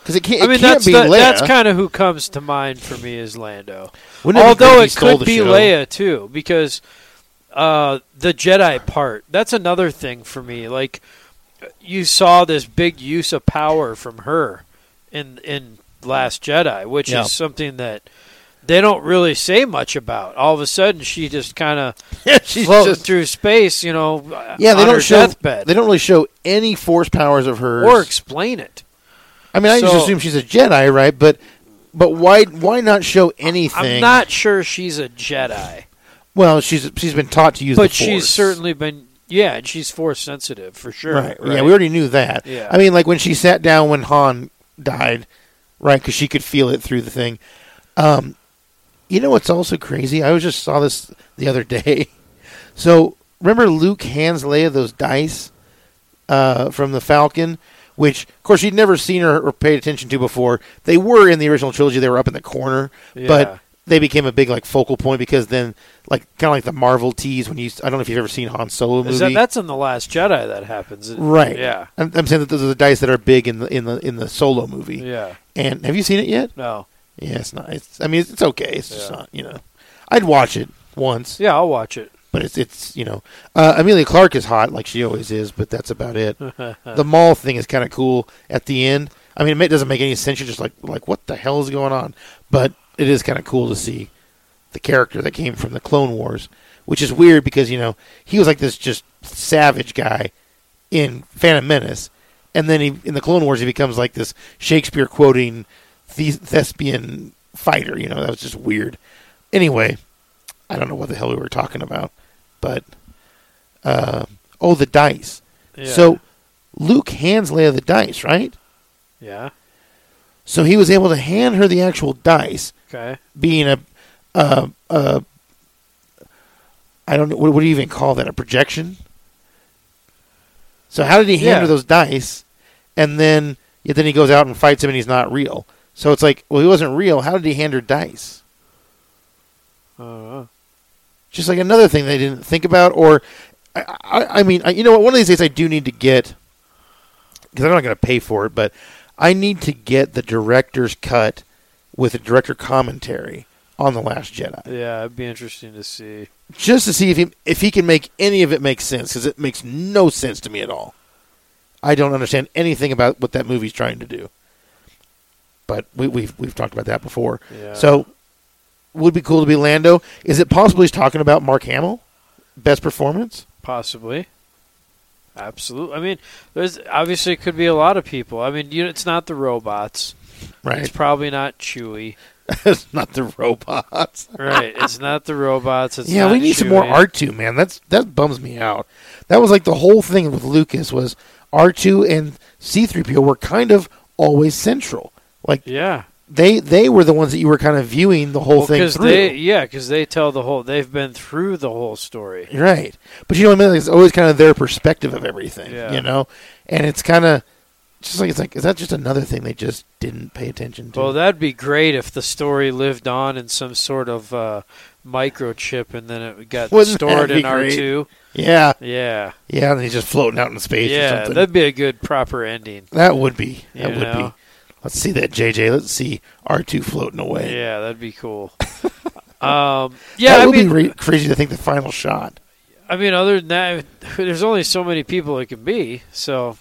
Because it can't,
I mean,
it can't
that's
be
the-
Leia.
that's kind of who comes to mind for me is Lando.
Wouldn't be great
Although
if he
it
stole
could
the
be
show?
Leia too, because uh, the Jedi part. That's another thing for me. Like you saw this big use of power from her in in Last Jedi, which
Yeah.
is something that they don't really say much about. All of a sudden, she just kind of
She's
floating
just-
through space. You know,
yeah, they
on
don't
her
show.
deathbed.
They don't really show any force powers of hers.
or explain it.
I mean, I
so-
just assume she's a Jedi, right? But but why why not show anything?
I'm not sure she's a Jedi,
Well, she's she's been taught to use, the
but
force.
she's certainly been yeah, and she's force sensitive for sure.
Right, Yeah, we already knew that.
Yeah.
I mean, like when she sat down when Han died, right? Because she could feel it through the thing. Um, you know what's also crazy? I was just saw this the other day. So remember, Luke hands Leia those dice uh, from the Falcon, which of course she'd never seen or, or paid attention to before. They were in the original trilogy; they were up in the corner,
Yeah.
but they became a big like focal point because then, like kind of like the Marvel tease when you. I don't know if you've ever seen Han Solo movie.
Is that, that's in the Last Jedi that happens, It-
Right.
Yeah,
I'm, I'm saying that those are the dice that are big in the in the in the solo movie.
yeah.
And have you seen it yet?
No,
Yeah, it's not. It's, I mean, it's, it's okay. It's just
Yeah.
not. You know, I'd watch it. once,
Yeah, I'll watch it.
but it's it's you know uh, Amelia Clark is hot like she always is, but that's about it. the mall thing is kind of cool at the end. I mean, it doesn't make any sense. You're just like like what the hell is going on? But it is kind of cool to see the character that came from the Clone Wars, which is weird because you know he was like this just savage guy in Phantom Menace, and then he in the Clone Wars he becomes like this Shakespeare quoting the- thespian fighter. You know that was just weird. Anyway, I don't know what the hell we were talking about, but uh, oh, the dice.
Yeah.
So Luke hands Leia the dice, right?
Yeah.
So he was able to hand her the actual dice,
Okay.
being a, uh, uh, I don't know what, what do you even call that? A projection. So how did he hand
Yeah.
her those dice, and then yet then he goes out and fights him, and he's not real. So it's like, well, he wasn't real. How did he hand her dice?
Uh,
just like another thing they didn't think about or i, I, I mean I, you know what one of these days i do need to get because i'm not going to pay for it but i need to get the director's cut with a director commentary on the last jedi
yeah, it'd be interesting to see.
just to see if he if he can make any of it make sense because it makes no sense to me at all i don't understand anything about what that movie's trying to do but we, we've we've talked about that before
Yeah.
so would be cool to be lando is it possible he's talking about mark hamill best performance
Possibly. Absolutely. I mean, there's obviously it could be a lot of people. I mean, you, it's not the robots. It's probably not Chewy.
it's not the robots
Right. it's not the robots. It's
yeah we
not eh?
need some more
Chewie.
r2 man that's that bums me out that was like the whole thing with lucas was r2 and c3po were kind of always central like
Yeah.
they they were the ones that you were kind of viewing the whole
Well,
thing
'cause
through.
they yeah, because they tell the whole. They've been through the whole story.
Right. But you know what I mean? Like, it's always kind of their perspective of everything,
Yeah.
you know? And it's kind of just like, it's like, is that just another thing they just didn't pay attention to?
Well, that'd be great if the story lived on in some sort of uh, microchip, and then it got
Wouldn't that
stored
be
in R
great?
two.
yeah.
Yeah.
Yeah. And he's just floating out in space or
Yeah,
something.
that'd be a good proper ending.
that would be. That
You
would
know?
be. Let's see that, JJ. Let's see R2 floating away.
Yeah, that'd be cool. um, yeah,
that
I
would
mean,
be re- crazy to think the final shot.
I mean, other than that, there's only so many people it can be. So,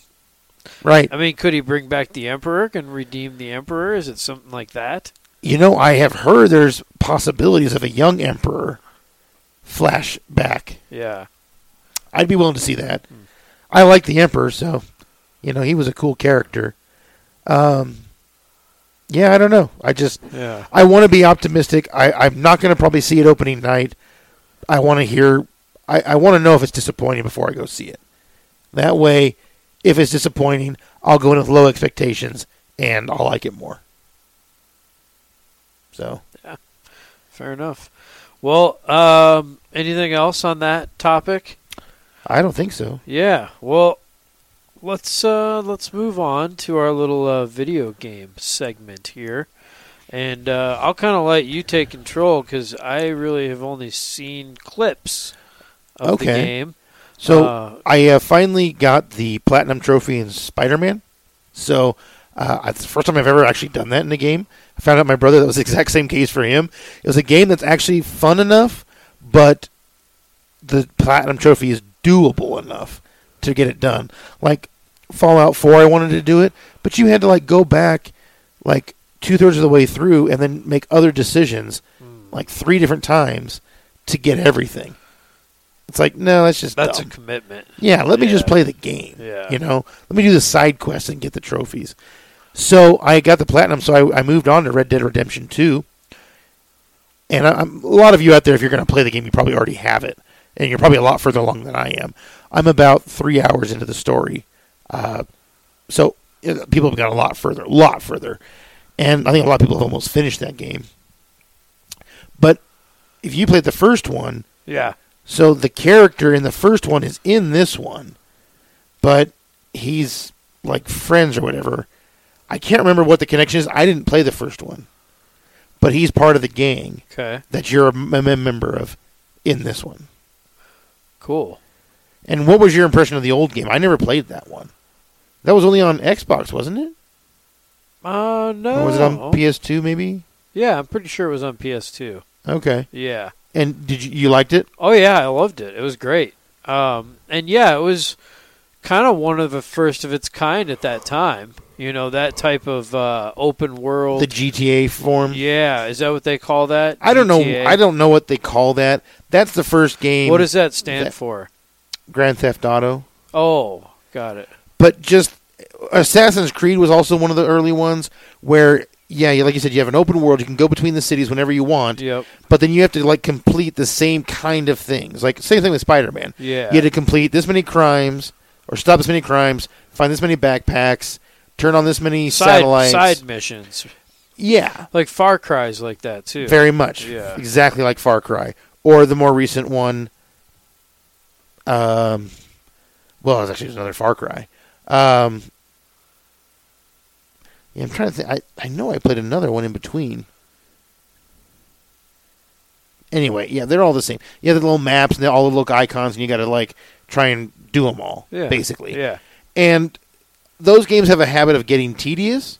Right.
I mean, could he bring back the emperor? Can redeem the emperor? Is it something like that?
You know, I have heard there's possibilities of a young emperor flashback
Yeah,
I'd be willing to see that. I like the Emperor, so you know he was a cool character. Um, yeah, I don't know. I just
yeah,
I want to be optimistic. I, I'm not going to probably see it opening night. I want to hear. I, I want to know if it's disappointing before I go see it. That way, if it's disappointing, I'll go in with low expectations and I'll like it more. So
fair enough. Well, um, anything else on that topic?
I don't think so.
Yeah. Well, let's uh, let's move on to our little uh, video game segment here, and uh, I'll kind of let you take control because I really have only seen clips of the
Okay.
game.
So
Uh,
I uh, finally got the platinum trophy in Spider Man. So uh, it's the first time I've ever actually done that in a game. I found out my brother that was the exact same case for him. It was a game that's actually fun enough, but the platinum trophy is doable enough to get it done. Like Fallout Four, I wanted to do it, but you had to like go back like two thirds of the way through and then make other decisions
Hmm.
like three different times to get everything. It's like no, that's just
That's
dumb.
a commitment.
Yeah, let me just
Yeah.
play the game.
Yeah.
You know, let me do the side quests and get the trophies. So I got the platinum, so I, I moved on to Red Dead Redemption 2. And I, I'm, a lot of you out there, if you're going to play the game, you probably already have it. And you're probably a lot further along than I am. I'm about three hours into the story. Uh, so uh, people have gone a lot further, a lot further. And I think a lot of people have almost finished that game. But if you played the first one,
Yeah.
so the character in the first one is in this one, but he's like friends or whatever. I can't remember what the connection is. I didn't play the first one, but he's part of the gang
Okay.
that you're a m- m- member of in this one.
Cool.
And what was your impression of the old game? I never played that one. That was only on Xbox, wasn't it?
Uh no. Oh.
Or was it on PS2 maybe?
yeah, I'm pretty sure it was on PS2.
Okay.
Yeah.
And did you, you liked it?
Oh yeah, I loved it. It was great. Um, and yeah, it was kind of one of the first of its kind at that time. You know that type of uh, open world.
The GTA form.
yeah, is that what they call that?
I don't know.
GTA?
I don't know what they call that. That's the first game.
What does that stand
That-
for?
Grand Theft Auto?
Oh, got it.
But just Assassin's Creed was also one of the early ones where, yeah, you- like you said, you have an open world. You can go between the cities whenever you want.
Yep.
But then you have to like complete the same kind of things. Like same thing with Spider Man.
Yeah.
You had to complete this many crimes or stop this many crimes, find this many backpacks, turn on this many
Side,
satellites.
side missions,
Yeah.
like Far Cry's, like that too.
Very much.
Yeah.
Exactly like Far Cry. Or the more recent one. Um, well, it was actually another Far Cry. Um, yeah, I'm trying to think. I, I know I played another one in between. Anyway, yeah, they're all the same. You have the little maps and they all look icons, and you got to like try and do them all,
yeah.
basically.
Yeah,
And those games have a habit of getting tedious.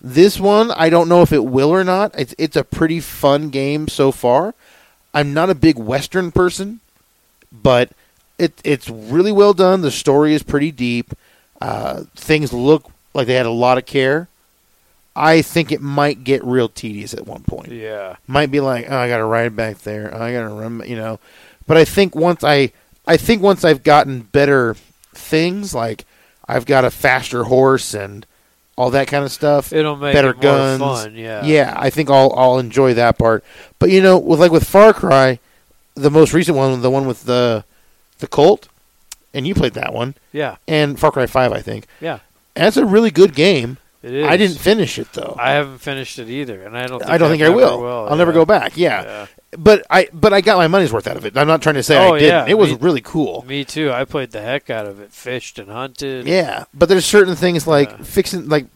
This one, I don't know if it will or not. It's, it's a pretty fun game so far. I'm not a big Western person, but it it's really well done. The story is pretty deep. Uh, things look like they had a lot of care. I think it might get real tedious at one point
yeah.
might be like, oh, I got to ride back there. Oh, I got to run, you know. But I think once I, I think once I've gotten better things, like I've got a faster horse and all that kind of stuff.
It'll make
better
it more
guns.
fun. Yeah,
yeah. I think I'll I'll enjoy that part. But you know, with like with Far Cry, the most recent one, the one with the, the Colt, and you played that one,
yeah,
and Far Cry Five, I think.
yeah.
That's a really good game.
It is.
I didn't finish it though.
I haven't finished it either, and I don't. Think
I don't think I
ever
will. I'll never
yeah.
go back. Yeah.
Yeah.
But I but I got my money's worth out of it. I'm not trying to say
Oh,
I didn't.
yeah.
It was
Me-
really cool.
Me too. I played the heck out of it. Fished and hunted.
Yeah. But there's certain things like
Yeah.
fixing like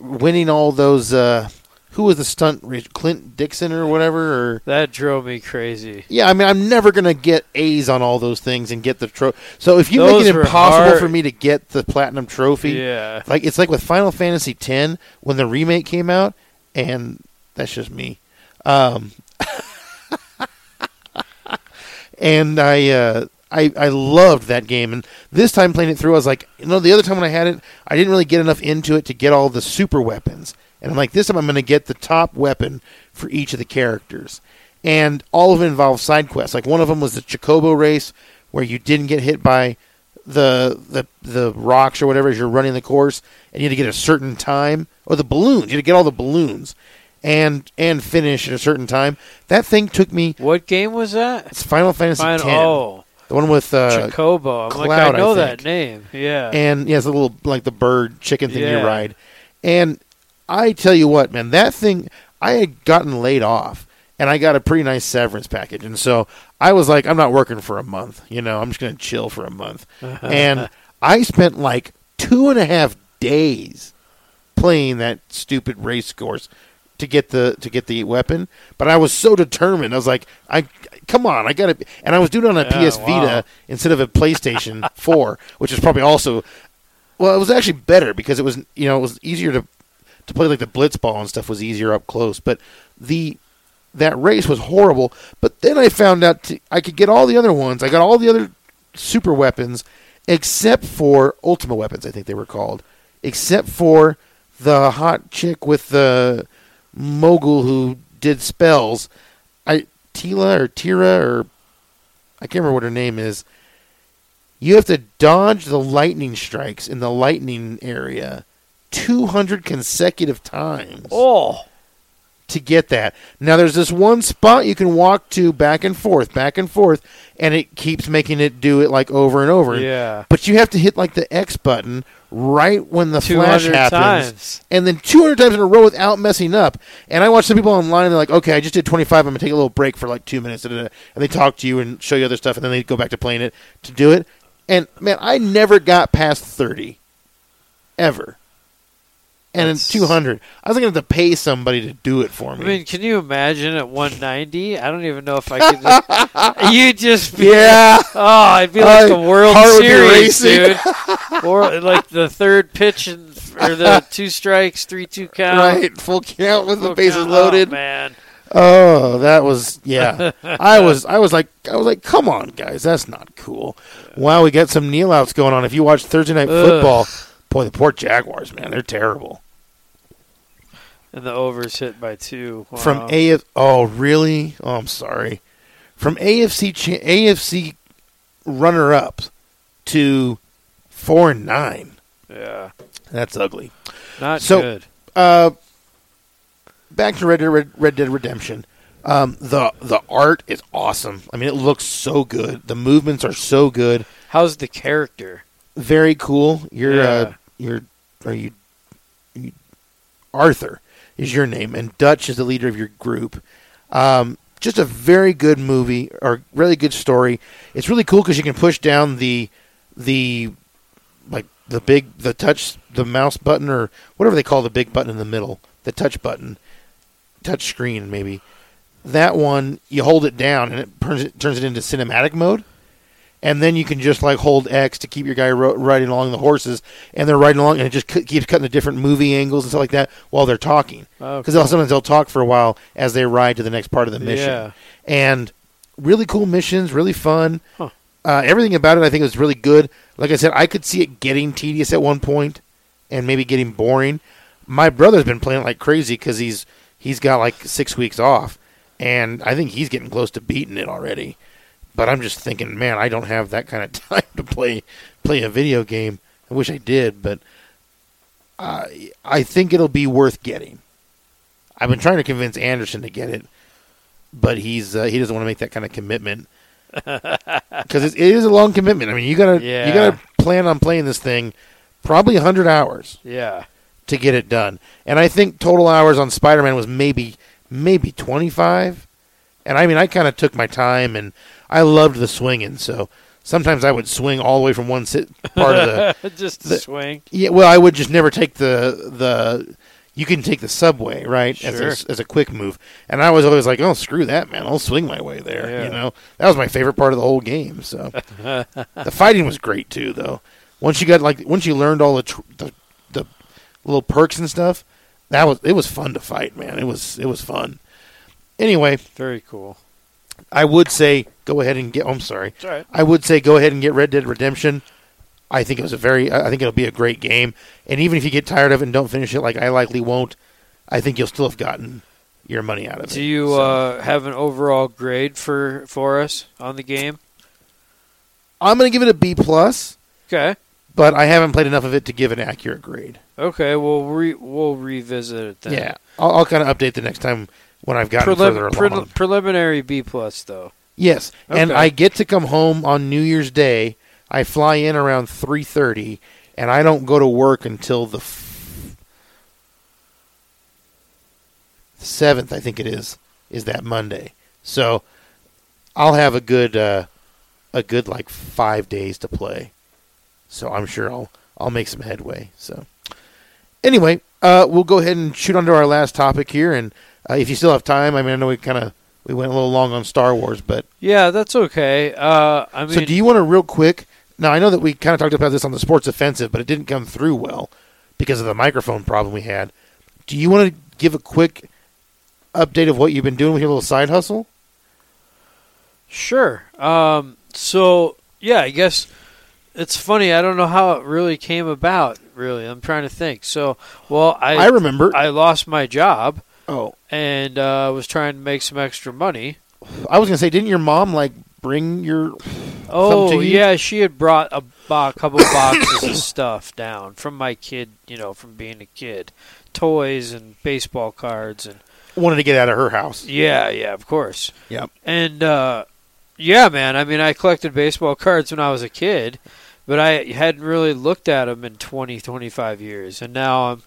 winning all those uh who was the stunt re- Clint Dixon or whatever or
That drove me crazy.
yeah, I mean, I'm never gonna get A's on all those things and get the trophy. So if you
Those
make it
were
impossible
hard.
for me to get the platinum trophy,
Yeah.
like it's like with Final Fantasy X when the remake came out, and that's just me. Um, and I, uh, I I loved that game, and this time playing it through, I was like, you know, the other time when I had it, I didn't really get enough into it to get all the super weapons, and I'm like, this time I'm going to get the top weapon for each of the characters, and all of it involved side quests. Like one of them was the Chocobo race, where you didn't get hit by the the the rocks or whatever as you're running the course, and you had to get a certain time or the balloons. You had to get all the balloons, and and finish at a certain time. That thing took me.
What game was that?
It's Final Fantasy
Final.
X,
Oh,
the one with uh,
Chocobo. I'm like,
Cloud,
I
I
know
think.
that name. Yeah.
and yeah, it's a little like the bird chicken thing
Yeah.
you ride. And I tell you what, man, that thing I had gotten laid off, and I got a pretty nice severance package, and so I was like, I'm not working for a month. You know, I'm just gonna chill for a month. and I spent like two and a half days playing that stupid race course to get the to get the weapon. But I was so determined. I was like, I come on, I gotta. And I was doing it on a
Yeah,
PS
wow.
Vita instead of a PlayStation Four, which is probably also well, it was actually better because it was you know it was easier to to play like the blitzball and stuff was easier up close. But the that race was horrible. But then I found out t- I could get all the other ones. I got all the other super weapons except for Ultima weapons. I think they were called, except for the hot chick with the mogul who did spells. I Tila or Tira or I can't remember what her name is. You have to dodge the lightning strikes in the lightning area 200 consecutive times
oh.
to get that. Now there's this one spot you can walk to back and forth, back and forth, and it keeps making it do it like over and over.
Yeah.
But you have to hit like the X button right when the flash
200
happens,
times.
and then 200 times in a row without messing up. And I watch some people online. They're like, "Okay, I just did 25. I'm gonna take a little break for like two minutes." da, da, da." And they talk to you and show you other stuff, and then they go back to playing it to do it. And man, I never got past 30, ever. And in
That's-
200, I was gonna have to pay somebody to do it for
I
me.
mean, can you imagine at 190? I don't even know if I could. Just, you just be,
yeah.
oh, I'd be like
I-
the World
heart would be
Series,
racing.
dude, or like the third pitch and or the two strikes, three two count.
Right, full count with the
Look
bases
out,
loaded.
man.
Oh, that was yeah. I was I was like I was like, come on, guys, that's not cool. Wow, we got some kneel outs going on. If you watch Thursday night
Ugh.
football, boy, the poor Jaguars, man, they're terrible.
And the overs hit by two. Wow.
From AF, oh really? Oh, I'm sorry. From AFC cha- AFC runner up to four and nine.
yeah,
That's ugly.
not
So-
good.
Uh, back to Red Dead, Red, Red Dead Redemption. Um, the the art is awesome. I mean, it looks so good. The movements are so good.
How's the character?
Very cool. You're uh,
Yeah.
you're are you, you Arthur is your name, and Dutch is the leader of your group. Um, just a very good movie or really good story. It's really cool because you can push down the the like the big the touch the mouse button or whatever they call the big button in the middle the touch button touch screen maybe that one you hold it down and it turns it turns it into cinematic mode and then you can just like hold X to keep your guy ro- riding along the horses and they're riding along and it just c- keeps cutting to different movie angles and stuff like that while they're talking
Oh,
because sometimes they'll talk for a while as they ride to the next part of the mission
Yeah.
and really cool missions really fun
Huh.
uh, everything about it, I think, was really good. Like I said, I could see it getting tedious at one point, and maybe getting boring. My brother's been playing it like crazy because he's he's got like six weeks off, and I think he's getting close to beating it already. But I'm just thinking, man, I don't have that kind of time to play play a video game. I wish I did, but I I think it'll be worth getting. I've been trying to convince Anderson to get it, but he's uh, he doesn't want to make that kind of commitment because it is a long commitment. I mean, you gotta
Yeah.
you gotta plan on playing this thing probably hundred hours
Yeah,
to get it done. And I think total hours on Spider Man was maybe maybe twenty five. And I mean, I kind of took my time, and I loved the swinging. So sometimes I would swing all the way from one sit part of the
just a
The-
swing.
yeah, well, I would just never take the the. You can take the subway, right? As
Sure.
a, as a quick move, and I was always like, "Oh, screw that, man! I'll swing my way there."
Yeah.
You know, that was my favorite part of the whole game. So the fighting was great too, though. Once you got like, once you learned all the tr- the, the little perks and stuff, that was it was fun to fight, man. It was it was fun. Anyway,
Very cool.
I would say go ahead and get. oh, I'm sorry.
all right.
I would say go ahead and get Red Dead Redemption. I think it was a very. I I think it'll be a great game. And even if you get tired of it and don't finish it, like I likely won't, I think you'll still have gotten your money out of it.
Do you
So-
uh, have an overall grade for for us on the game?
I'm going to give it a B plus,
Okay.
but I haven't played enough of it to give an accurate grade.
Okay. We'll re- we'll revisit it then.
Yeah, I'll, I'll kind of update the next time when I've gotten
Prelim-
further
pre-
along.
preliminary B plus though.
Yes, and
Okay.
I get to come home on New Year's Day. I fly in around three thirty, and I don't go to work until the seventh. I think it is is that Monday. So I'll have a good uh, a good like five days to play. So I'm sure I'll I'll make some headway. So anyway, uh, we'll go ahead and shoot onto our last topic here, and uh, if you still have time, I mean, I know we kind of we went a little long on Star Wars, but
Yeah, that's okay. Uh, I mean,
so do you want to real quick? Now I know that we kind of talked about this on the sports offensive, but it didn't come through well because of the microphone problem we had. Do you want to give a quick update of what you've been doing with your little side hustle?
Sure. Um, so yeah, I guess it's funny. I don't know how it really came about. Really, I'm trying to think. So, well, I
I remember.
I lost my job
oh,
and uh, was trying to make some extra money.
I was gonna say, didn't your mom like bring your?
Oh
to you?
yeah, she had brought a, bo- couple boxes of stuff down from my kid. You know, from being a kid, toys and baseball cards and
Wanted to get out of her house.
yeah, yeah, of course.
Yep.
And uh, yeah, man. I mean, I collected baseball cards when I was a kid, but I hadn't really looked at them in 20, 25 years, and now I'm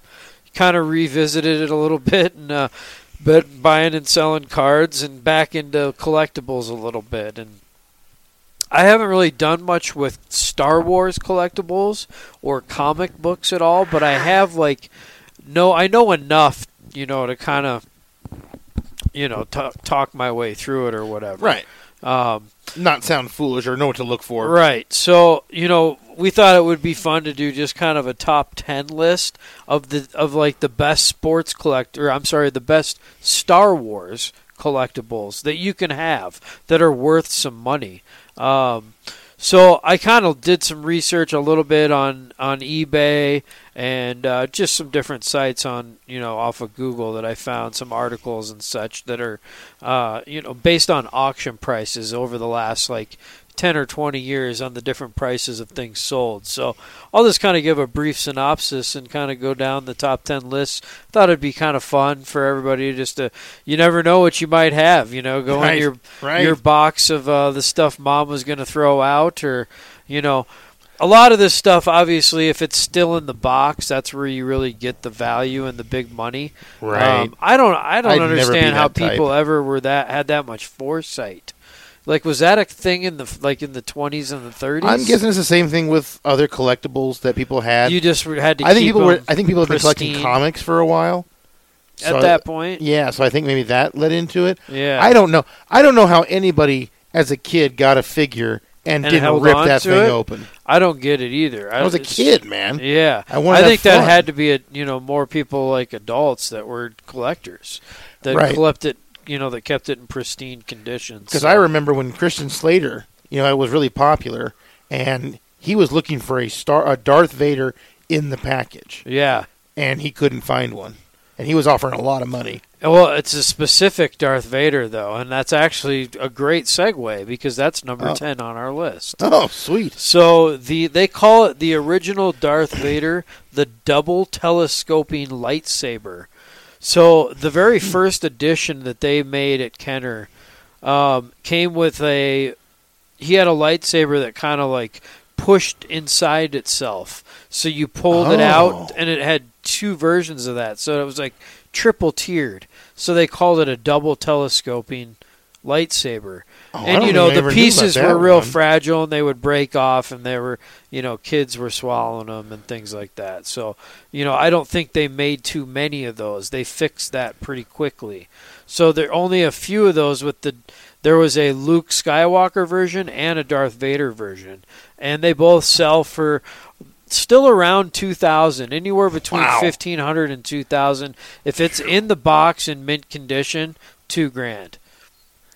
kind of revisited it a little bit and uh, been buying and selling cards and back into collectibles a little bit and. I haven't really done much with Star Wars collectibles or comic books at all, but I have like no, I know enough, you know, to kind of you know t- talk my way through it or whatever. Um,
Not sound foolish or know what to look for.
right. So you know, we thought it would be fun to do just kind of a top ten list of the of like the best sports collector. I'm sorry, the best Star Wars collectibles that you can have that are worth some money. Um, so I kind of did some research a little bit on on eBay and uh, just some different sites on you know off of Google that I found some articles and such that are uh, you know based on auction prices over the last like. 10 or 20 years on the different prices of things sold. So I'll just kind of give a brief synopsis and kind of go down the top 10 lists. Thought it'd be kind of fun for everybody just to, you never know what you might have, you know, go
Right,
in your,
right.
your box of uh, the stuff mom was going to throw out or you know a lot of this stuff obviously if it's still in the box that's where you really get the value and the big money Um,
Right.
i don't i don't
I'd never be
understand how
that type.
people ever were that had that much foresight like was that a thing in the like in the 20s and the 30s
I'm guessing it's the same thing with other collectibles that people had.
you just re- had to
I think
keep
people were.
them
I think people have been collecting
pristine
comics for a while.
at
So-
that point
Yeah, so I think maybe that led into it.
Yeah.
I don't know. I don't know how anybody as a kid got a figure and,
And
didn't
held
rip
on
that
to
thing
it?
open.
i don't get it either
I was a
it's-
kid, man.
Yeah,
I wanted to have
think that
fun.
had to be a, you know more people like adults that were collectors that
Right.
kept it you know that kept it in pristine condition.
Because
So-
I remember when Christian Slater, you know, it was really popular, and he was looking for a star, a Darth Vader in the package,
yeah.
and he couldn't find one, and he was offering a lot of money.
Well, it's a specific Darth Vader though, and that's actually a great segue because that's number
Oh.
ten on our list.
Oh, sweet!
So the they call it the original Darth Vader, the double telescoping lightsaber. So the very first edition that they made at Kenner um, came with a he had a lightsaber that kind of like pushed inside itself. So you pulled it out,
Oh.
and it had two versions of that. So it was like triple tiered. So they called it a double telescoping lightsaber.
Oh, I
and
don't
you
think
know
I
the
ever knew about
pieces
that
were real
one.
fragile, and they would break off, and they were you know kids were swallowing them and things like that. So you know I don't think they made too many of those. They fixed that pretty quickly. So there are only a few of those with the there was a Luke Skywalker version and a Darth Vader version. And they both sell for still around 2000, anywhere between
Wow.
1500 and 2000. If it's in the box in mint condition, 2 grand.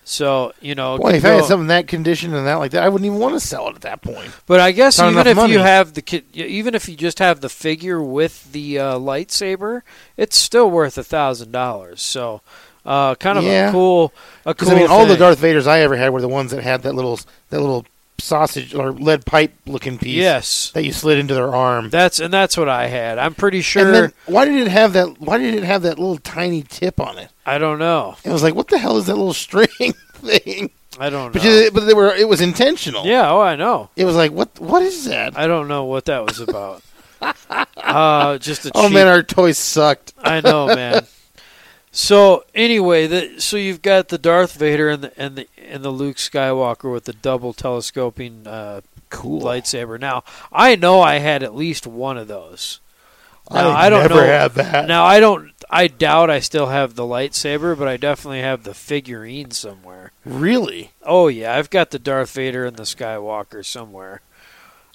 So, you know,
Boy,
could
if I had
go-
something that condition and that like that, I wouldn't even want to sell it at that point.
but I guess
Not
even
enough
if
money.
you have the ki- even if you just have the figure with the uh, lightsaber, it's still worth a thousand dollars. So, uh, kind of a
Yeah.
cool, a cool.
Because I mean, all the
thing.
Darth Vaders I ever had were the ones that had that little that little sausage or lead pipe looking piece.
Yes.
that you slid into their arm.
That's and that's what I had. I'm pretty sure.
And then why did it have that? Why did it have that little tiny tip on it?
I don't know.
It was like, what the hell is that little string thing?
I don't know.
But you, but they were it was intentional.
yeah, oh, I know.
It was like what what is that?
I don't know what that was about. uh, just a
oh
cheap-
man, our toys sucked.
I know, man. So anyway, the, so you've got the Darth Vader and the and the and the Luke Skywalker with the double telescoping uh,
Cool.
lightsaber. Now I know I had at least one of those. Now,
I
I don't
never
know-
had that.
Now I don't. I doubt I still have the lightsaber, but I definitely have the figurine somewhere.
Really?
Oh yeah, I've got the Darth Vader and the Skywalker somewhere.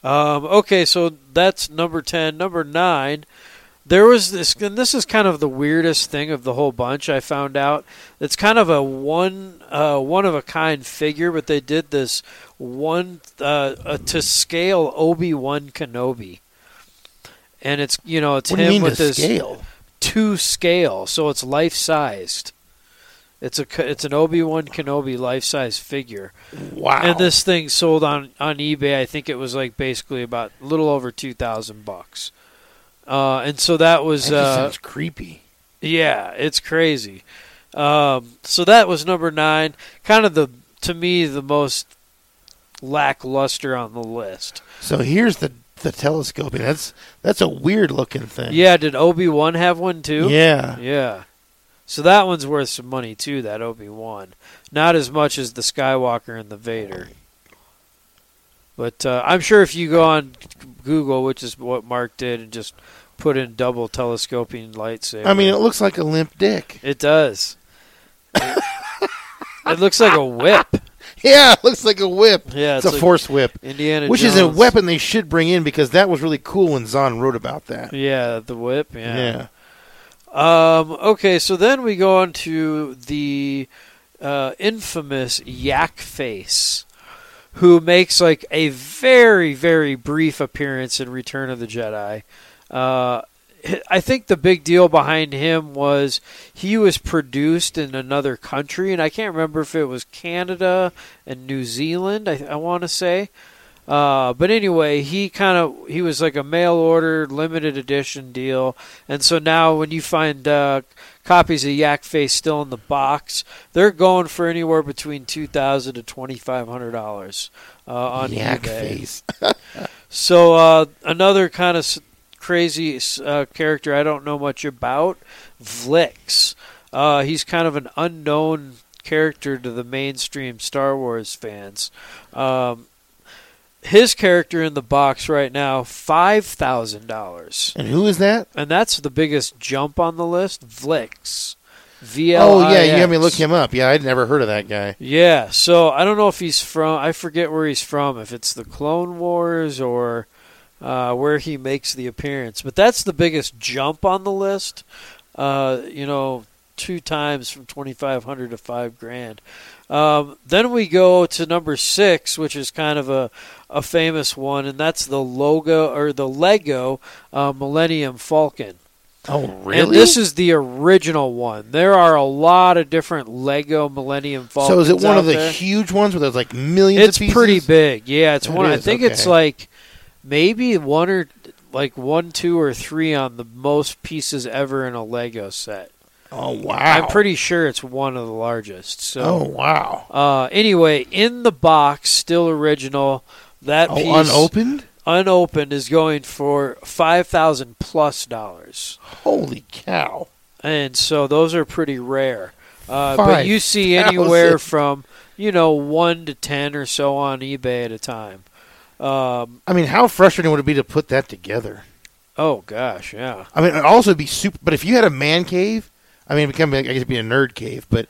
Um, okay, so that's number ten. Number nine, there was this, and this is kind of the weirdest thing of the whole bunch. I found out it's kind of a one uh, one of a kind figure, but they did this one uh, uh, to scale Obi Wan Kenobi, and it's you know it's
What do
him
you mean to
with this
scale?
to scale, so it's life sized. It's a c- it's an Obi Wan Kenobi life size figure.
Wow.
And this thing sold on on eBay. I think it was like basically about a little over two thousand bucks. Uh, and so that
that
was
just
uh,
sounds creepy.
yeah, it's crazy. Um, so that was number nine. Kind of the to me the most lackluster on the list.
So here's the the telescoping. That's that's a weird looking thing.
Yeah, did Obi Wan have one too?
Yeah.
Yeah. So that one's worth some money too, that Obi Wan. Not as much as the Skywalker and the Vader. But uh, I'm sure if you go on Google, which is what Mark did, and just put in double telescoping lightsaber.
I mean, it looks like a limp dick.
it does. it, looks like a whip.
Yeah, it looks like a whip.
Yeah,
it's,
it's
a
like-
force whip,
Indiana
which
Jones.
is a weapon they should bring in because that was really cool when Zahn wrote about that.
Yeah, the whip.
yeah.
Um, okay, so then we go on to the uh, infamous Yak Face, who makes like a very very brief appearance in Return of the Jedi. Uh, I think the big deal behind him was he was produced in another country, and I can't remember if it was Canada and New Zealand. I, I want to say, uh, but anyway, he kind of he was like a mail order limited edition deal, and so now when you find uh, copies of Yak Face still in the box, they're going for anywhere between two thousand to twenty five hundred dollars uh, on
Yak
eBay.
face.
So uh, another kind of s- crazy uh, character I don't know much about, Vlix. Uh, he's kind of an unknown character to the mainstream Star Wars fans. Um, his character in the box right now five thousand dollars,
And who is that?
and that's the biggest jump on the list. Vlix. V L.
Oh yeah, you had me look him up. Yeah, I'd never heard of that guy.
Yeah, so I don't know if he's from. I forget where he's from. If it's the Clone Wars or uh, where he makes the appearance, but that's the biggest jump on the list. Uh, you know, two times from twenty five hundred to five grand. Um, then we go to number six, which is kind of a, a famous one, and that's the logo or the Lego uh, Millennium Falcon.
Oh
And this is the original one. There are a lot of different Lego Millennium Falcons.
so is it one
out
of the
there.
huge ones where there's like millions?
It's
of pieces?
pretty big. Yeah, it's
It
one. I
is,
think it's
okay.
like maybe one or like one, two, or three on the most pieces ever in a Lego set.
Oh wow!
I'm pretty sure it's one of the largest.
Oh
So,
wow!
uh, anyway, in the box, still original. That piece
Oh, unopened?
unopened is going for five thousand plus dollars.
Holy cow!
and so those are pretty rare. Uh, but you see
5,000.
anywhere from you know one to ten or so on eBay at a time. Um,
I mean, how frustrating would it be to put that together?
oh gosh, yeah,
I mean, it also would be super. But if you had a man cave, I mean, it become I guess it'd be a nerd cave, but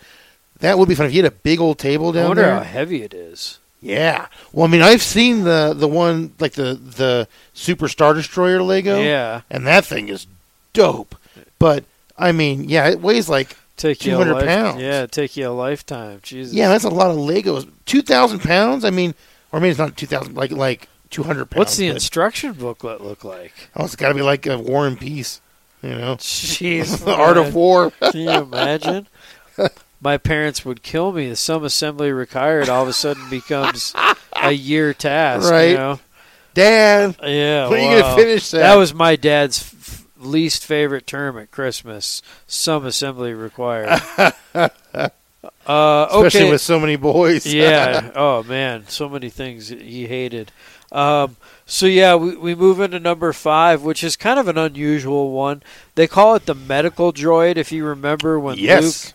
that would be fun if you had a big old table
I
down
wonder
there.
how heavy it is.
Yeah. Well, I mean, I've seen the the one like the the Super Star Destroyer Lego.
Yeah,
And that thing is dope. But I mean, yeah, it weighs like
take you a
200
life-
pounds.
Yeah, it'd take you a lifetime. Jesus.
yeah, that's a lot of Legos. Two thousand pounds. I mean, or maybe it's not two thousand, like like two hundred pounds.
What's the
but-
instruction booklet look like?
Oh, it's got to be like a War and Peace. You know,
Jeez,
the Art
man.
of War.
Can you imagine? My parents would kill me if some assembly required all of a sudden becomes a year task. You
Right.
know?
Dad.
Yeah.
When are you gonna
wow.
finish that?
was my dad's f- least favorite term at Christmas. Some assembly required. uh,
Especially
okay.
with so many boys.
yeah. Oh man, so many things he hated. Um, so yeah, we, we move into number five, which is kind of an unusual one. They call it the medical droid. If you remember when
yes.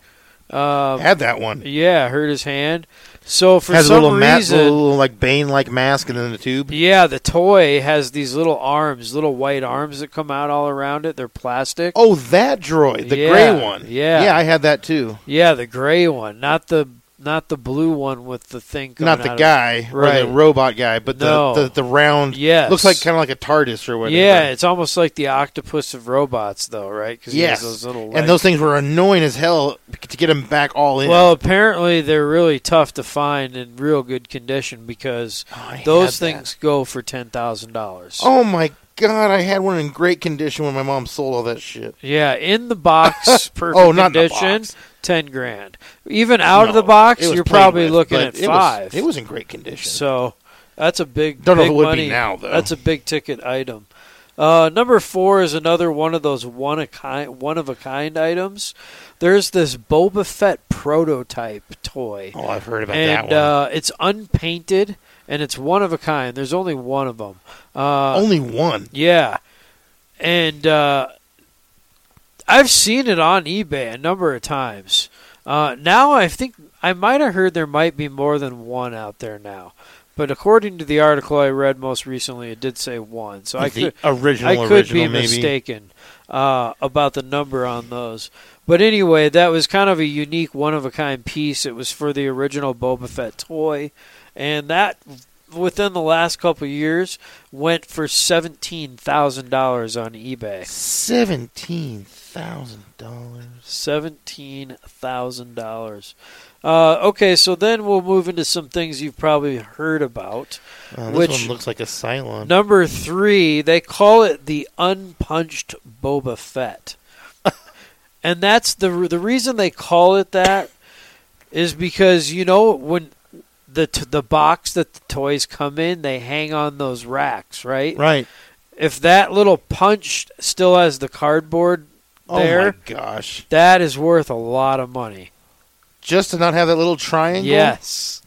Luke, um,
Had that one.
yeah, hurt his hand. So for
Has a
some
little, ma-
reason,
little, little like Bane like mask and then the tube.
yeah, the toy has these little arms, little white arms that come out all around it. They're plastic.
Oh, that droid, the
Yeah,
gray one.
yeah.
yeah, I had that too.
Yeah, the gray one, not the not the blue one with the thing. Coming
Not
out
the
of-
guy,
Right.
or the robot guy, but the
No.
the, the round.
Yes.
looks like kind of like a TARDIS or whatever.
Yeah, it's almost like the octopus of robots, though, right? Because
yes.
those little legs.
and those things were annoying as hell to get them back all in.
Well, apparently they're really tough to find in real good condition because
Oh, I
those
had that.
things go for ten thousand dollars.
Oh my god, I had one in great condition when my mom sold all that shit.
Yeah, in the box, perfect
Oh, not in the
condition,
box.
ten grand. Even out of
No,
the box,
it was
you're
played
probably
with,
looking
but
at
it was-
five.
it was in great condition.
So that's a big.
Don't know if
big
it would be
money-
now, though.
That's a big ticket item. Uh, number four is another one of those one a kind one of a kind items. There's this Boba Fett prototype toy,
oh, I've heard about that
and
one.
uh, it's unpainted and it's one of a kind. There's only one of them. Uh,
Only one.
yeah, and uh, I've seen it on eBay a number of times. Uh, now I think I might have heard there might be more than one out there now, but according to the article I read most recently, it did say one. So I
Like the
could
original,
I could
original,
be
maybe.
mistaken uh, about the number on those. But anyway, that was kind of a unique, one of a kind piece. It was for the original Boba Fett toy, and that within the last couple of years went for seventeen thousand dollars on eBay.
Seventeen thousand dollars.
Seventeen thousand dollars. Uh, okay, so then we'll move into some things you've probably heard about.
this
Which-
one looks like a Cylon.
Number three, they call it the unpunched Boba Fett, and that's the the reason they call it that is because you know when the t- the box that the toys come in, they hang on those racks, right?
Right.
If that little punch still has the cardboard
Oh my
there,
gosh!
that is worth a lot of money.
Just to not have that little triangle.
Yes,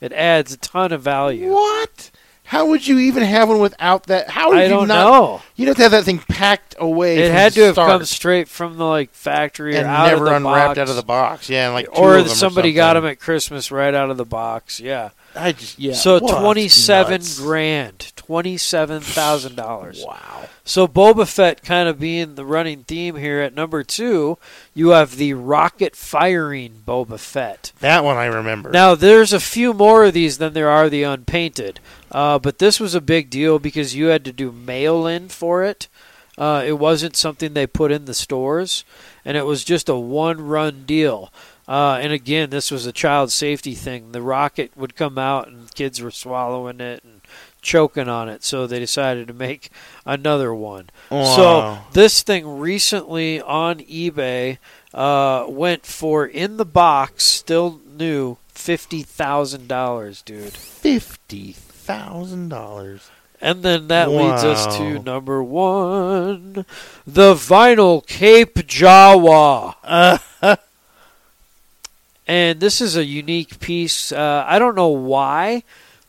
it adds a ton of value.
What? How would you even have one without that? How would
I
you
don't
not,
know.
You'd have to have that thing packed away.
It
from
had
the
to have
start
come straight from the like factory
and
or out
never
of the
unwrapped
box.
out of the box. Yeah, and like two
or
of them
somebody got them
something.
at Christmas right out of the box. Yeah.
I just yeah.
so
What?
twenty-seven
Nuts.
grand, twenty-seven thousand dollars.
Wow.
So Boba Fett kind of being the running theme here at number two, you have the rocket firing Boba Fett.
That one I remember.
Now there's a few more of these than there are the unpainted, uh, but this was a big deal because you had to do mail in for it. Uh, it wasn't something they put in the stores, and it was just a one run deal. Uh, and again, this was a child safety thing. The rocket would come out, and kids were swallowing it and choking on it, so they decided to make another one. So
Wow.
this thing recently on eBay uh, went for in the box, still new, fifty thousand dollars, dude.
fifty thousand dollars.
And then that leads us to
Wow.
number one, the vinyl Cape Jawa. and this is a unique piece. Uh, I don't know why,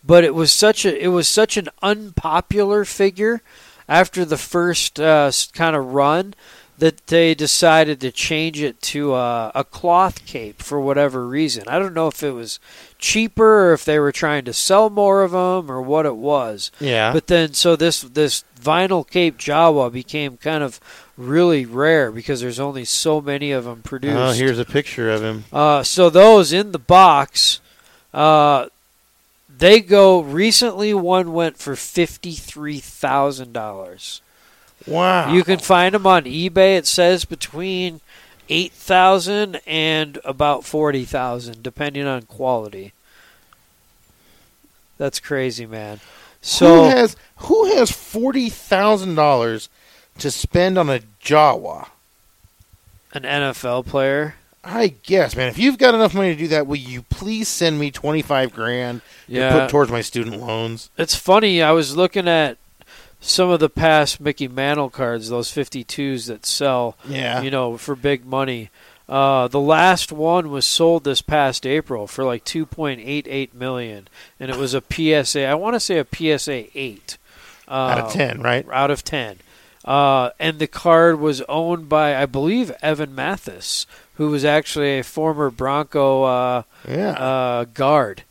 but it was such a it was such an unpopular figure after the first uh, kind of run that they decided to change it to a, a cloth cape for whatever reason. I don't know if it was cheaper or if they were trying to sell more of them or what it was.
Yeah.
But then, so this this vinyl Cape Jawa became kind of really rare because there's only so many of them produced.
oh, here's a picture of him.
Uh, so those in the box, uh, they go. Recently, one went for fifty three thousand dollars.
Wow.
You can find them on eBay. It says between eight thousand and about forty thousand, depending on quality. That's crazy, man. So
who has who has forty thousand dollars to spend on a Jawa?
an NFL player.
I guess, man. If you've got enough money to do that, will you please send me twenty five grand to
Yeah.
put towards my student loans?
It's funny. I was looking at some of the past Mickey Mantle cards, those 52s that sell,
Yeah.
you know, for big money. Uh, the last one was sold this past April for like 2.88 million, and it was a PSA. I want to say a PSA eight uh,
Out of ten, right?
Out of ten. Uh, and the card was owned by, I believe, Evan Mathis, who was actually a former Bronco uh,
Yeah.
uh, guard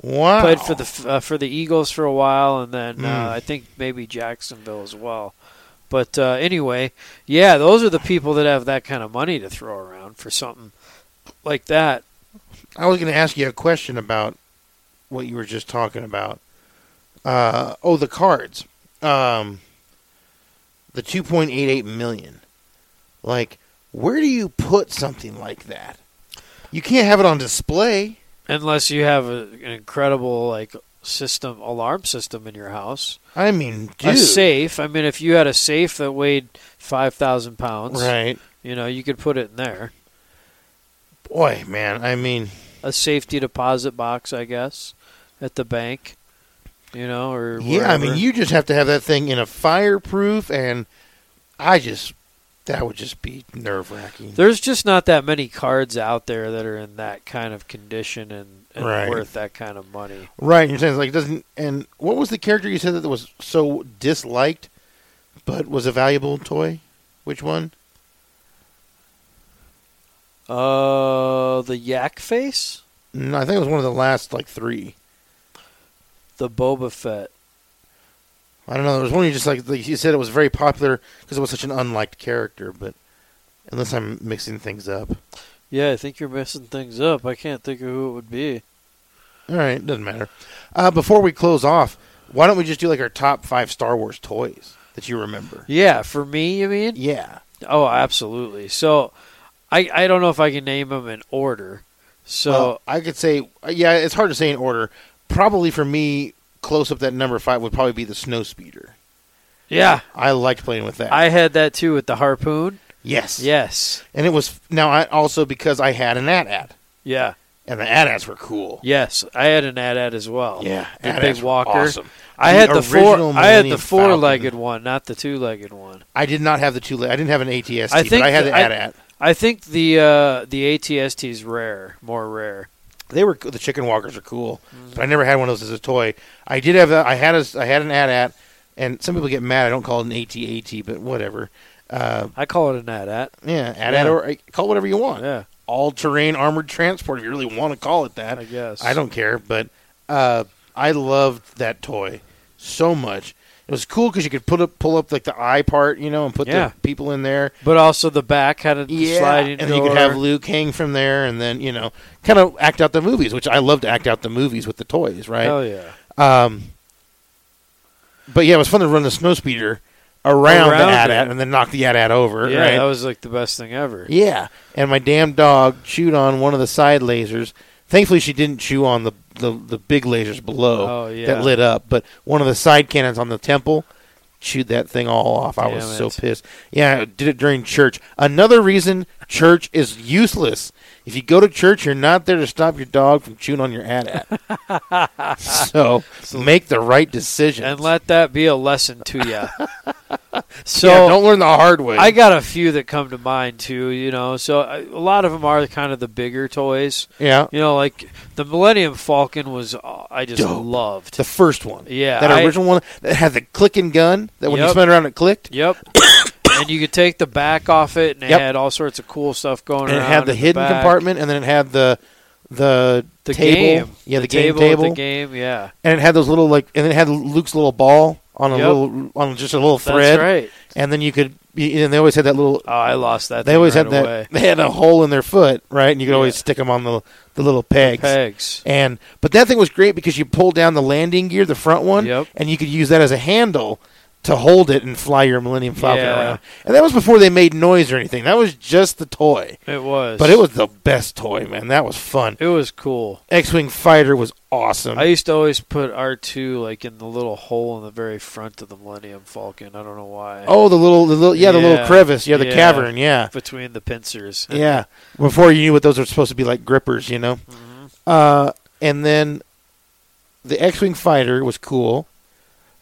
wow.
played for the uh, for the Eagles for a while, and then
Mm.
uh, I think maybe Jacksonville as well. But uh, anyway, yeah, those are the people that have that kind of money to throw around for something like that.
I was going to ask you a question about what you were just talking about. Uh, oh, the cards. Um, the 2.88 million. Like, where do you put something like that? You can't have it on display.
Unless you have a, an incredible like system alarm system in your house,
I mean,
a
dude.
safe. I mean, if you had a safe that weighed five thousand pounds,
Right.
you know, you could put it in there.
Boy, man. I mean,
A safety deposit box, I guess, at the bank. You know, or
yeah, I mean,
wherever.
you just have to have that thing in a fireproof, and I just, that would just be nerve wracking.
There's just not that many cards out there that are in that kind of condition and, and
Right.
worth that kind of money.
Right, you're saying like it doesn't. And what was the character you said that was so disliked, but was a valuable toy? Which one?
Uh, the yak face,
No, I think it was one of the last like three.
the Boba Fett.
I don't know. There was one you just like, like you said it was very popular because it was such an unliked character. But unless I'm mixing things up,
Yeah, I think you're messing things up. I can't think of who it would be.
I All right, doesn't matter. Uh, before we close off, why don't we just do like our top five Star Wars toys that you remember?
Yeah, for me, you mean?
Yeah.
Oh, absolutely. So, I I don't know if I can name them in order. So
Well, I could say, yeah, it's hard to say in order. Probably for me, close up that number five would probably be the snow speeder.
yeah,
I liked playing with that.
I had that too with the harpoon.
yes,
Yes.
and it was now I also because I had an at at,
Yeah.
and the at ats were cool.
Yes, I had an ad ad as well.
Yeah,
the
AT-ATs
big
were
walker.
awesome.
I
The
had the four.
original
I had the
Millennium
four-legged
Falcon.
one, not the two-legged one.
I did not have the two. I didn't have an ATST,
I think
but I had
the-
the at at.
I think the uh, the ATST is rare, more rare.
They were the chicken walkers are cool,
Mm-hmm.
but I never had one of those as a toy. I did have a, I had a, I had an at at, and some people get mad. I don't call it an ATAT, but whatever. Uh,
I call it an ad at.
yeah, at at
Yeah.
or uh, call it whatever you want.
Yeah.
all terrain armored transport if you really want to call it that.
I guess.
I don't care, but uh, I loved that toy so much. It was cool because you could put up, pull up like the eye part, you know, and put
Yeah.
the people in there.
But also the back had a sliding
and
door.
then you could have Luke hang from there, and then you know, kind of act out the movies, which I love to act out the movies with the toys, right?
Hell yeah.
Um, but yeah, it was fun to run the snow speeder around,
Around
the AT-AT
it.
and then knock the AT-AT over.
Yeah,
right?
that was like the best thing ever.
yeah. And my damn dog chewed on one of the side lasers. Thankfully, she didn't chew on the the, the big lasers below
Oh, yeah.
that lit up, but one of the side cannons on the temple chewed that thing all off. I was
Damn
so
it.
pissed. Yeah, I did it during church. Another reason church is useless. If you go to church, you're not there to stop your dog from chewing on your at at. so make the right decision.
And let that be a lesson to you. so
yeah, don't learn the hard way.
I got a few that come to mind too, you know. So I- a lot of them are kind of the bigger toys.
yeah,
You know, like the Millennium Falcon was uh, I just
Dope.
loved.
the first one.
Yeah,
that
I-
original one that had the clicking gun that when you
Yep.
spun around it clicked.
Yep. and you could take the back off it, and it
Yep.
had all sorts of cool stuff going
and
around.
it had the
in
hidden
back.
compartment, and then it had the the,
the
table,
game,
yeah, the, game
table,
table,
with the game, yeah.
and it had those little like, and then it had Luke's little ball on a
Yep.
little on just a little thread,
That's right.
and then you could, and they always had that little.
Oh, I lost that.
They
thing
always
right
had that.
away.
They had a hole in their foot, right? And you could always
Yeah.
stick them on the the little pegs.
pegs.
And but that thing was great because you pulled down the landing gear, the front one,
Yep.
and you could use that as a handle to hold it and fly your Millennium Falcon
Yeah.
around. And that was before they made noise or anything. That was just the toy.
It was,
But it was the best toy, man. That was fun.
it was cool.
X-wing fighter was awesome.
I used to always put R two like in the little hole in the very front of the Millennium Falcon. I don't know why.
oh, the little, the little, yeah, the
Yeah.
little crevice, yeah, the
Yeah.
cavern, yeah,
between the pincers.
yeah. Before you knew what those were supposed to be like grippers, you know.
Mm-hmm.
Uh, and then the X-wing fighter was cool.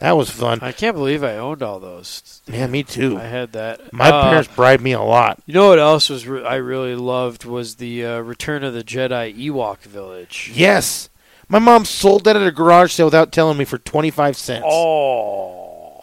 That was fun.
I can't believe I owned all those.
yeah, me too.
I had that.
My
Uh,
parents bribed me a lot.
You know what else was re- I really loved was the uh, Return of the Jedi Ewok Village.
Yes, my mom sold that at a garage sale without telling me for twenty-five cents.
Oh,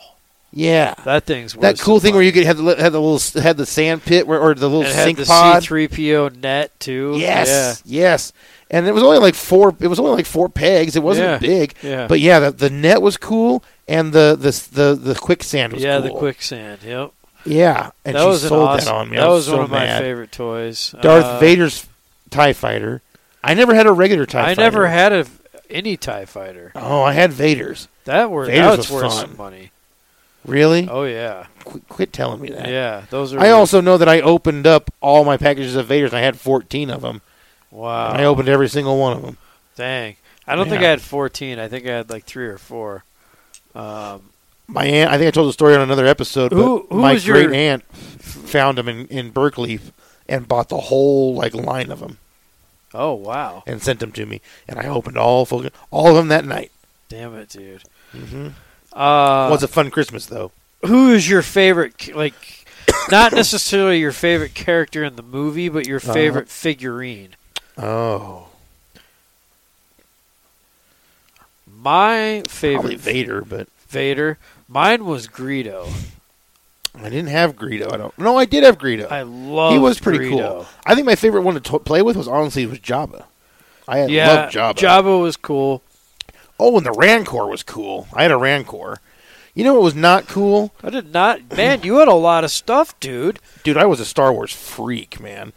yeah.
that thing's worth
That cool
some
thing where
money.
you could have the, had the little had the sand pit where, or the little
it had
sink
the
pod.
C three PO net too.
Yes, yes. And it was only like four. It was only like four pegs. It wasn't
Yeah,
big.
yeah.
But yeah, the, the net was cool, and the the the, the quicksand
yeah,
was
yeah,
cool.
the quicksand. Yep,
Yeah, and
that
she
was an
sold
awesome.
that on me. I
That was
so
one of my
mad.
favorite toys.
Darth
Uh,
Vader's Tie Fighter. I never had a regular Tie
I
Fighter.
never had a any Tie Fighter.
Oh, I had Vader's.
That were
Vader's
that's
was
worth
fun.
some money.
Really?
Oh yeah,
Qu- quit telling me that.
yeah. Those are.
I also know that I opened up all my packages of Vader's. And I had fourteen of them.
wow.
And I opened every single one of them.
Dang. I don't think
Yeah.
I had 14. I think I had like three or four. Um,
My aunt. I think I told the story on another episode. But
Who- who
my
was your-
great aunt found them in, in Berkeley and bought the whole like line of them
oh, wow.
and sent them to me. And I opened all fucking- all of them that night.
Damn it, dude.
Mhm.
Uh,
it was a fun Christmas though.
who is your favorite, ca- like, not necessarily your favorite character in the movie, but your
Uh-huh.
favorite figurine?
Oh,
My
probably
favorite
Vader, but
Vader. Mine was Greedo.
I didn't have Greedo. I don't. No, I did have Greedo.
I love
he was pretty cool. I think my favorite one to to play with was honestly was Jabba. I had
Yeah,
loved Jabba.
Jabba was cool.
Oh, and the Rancor was cool. I had a Rancor. You know what was not cool,
I did not. Man, you had a lot of stuff, dude.
dude? I was a Star Wars freak, man.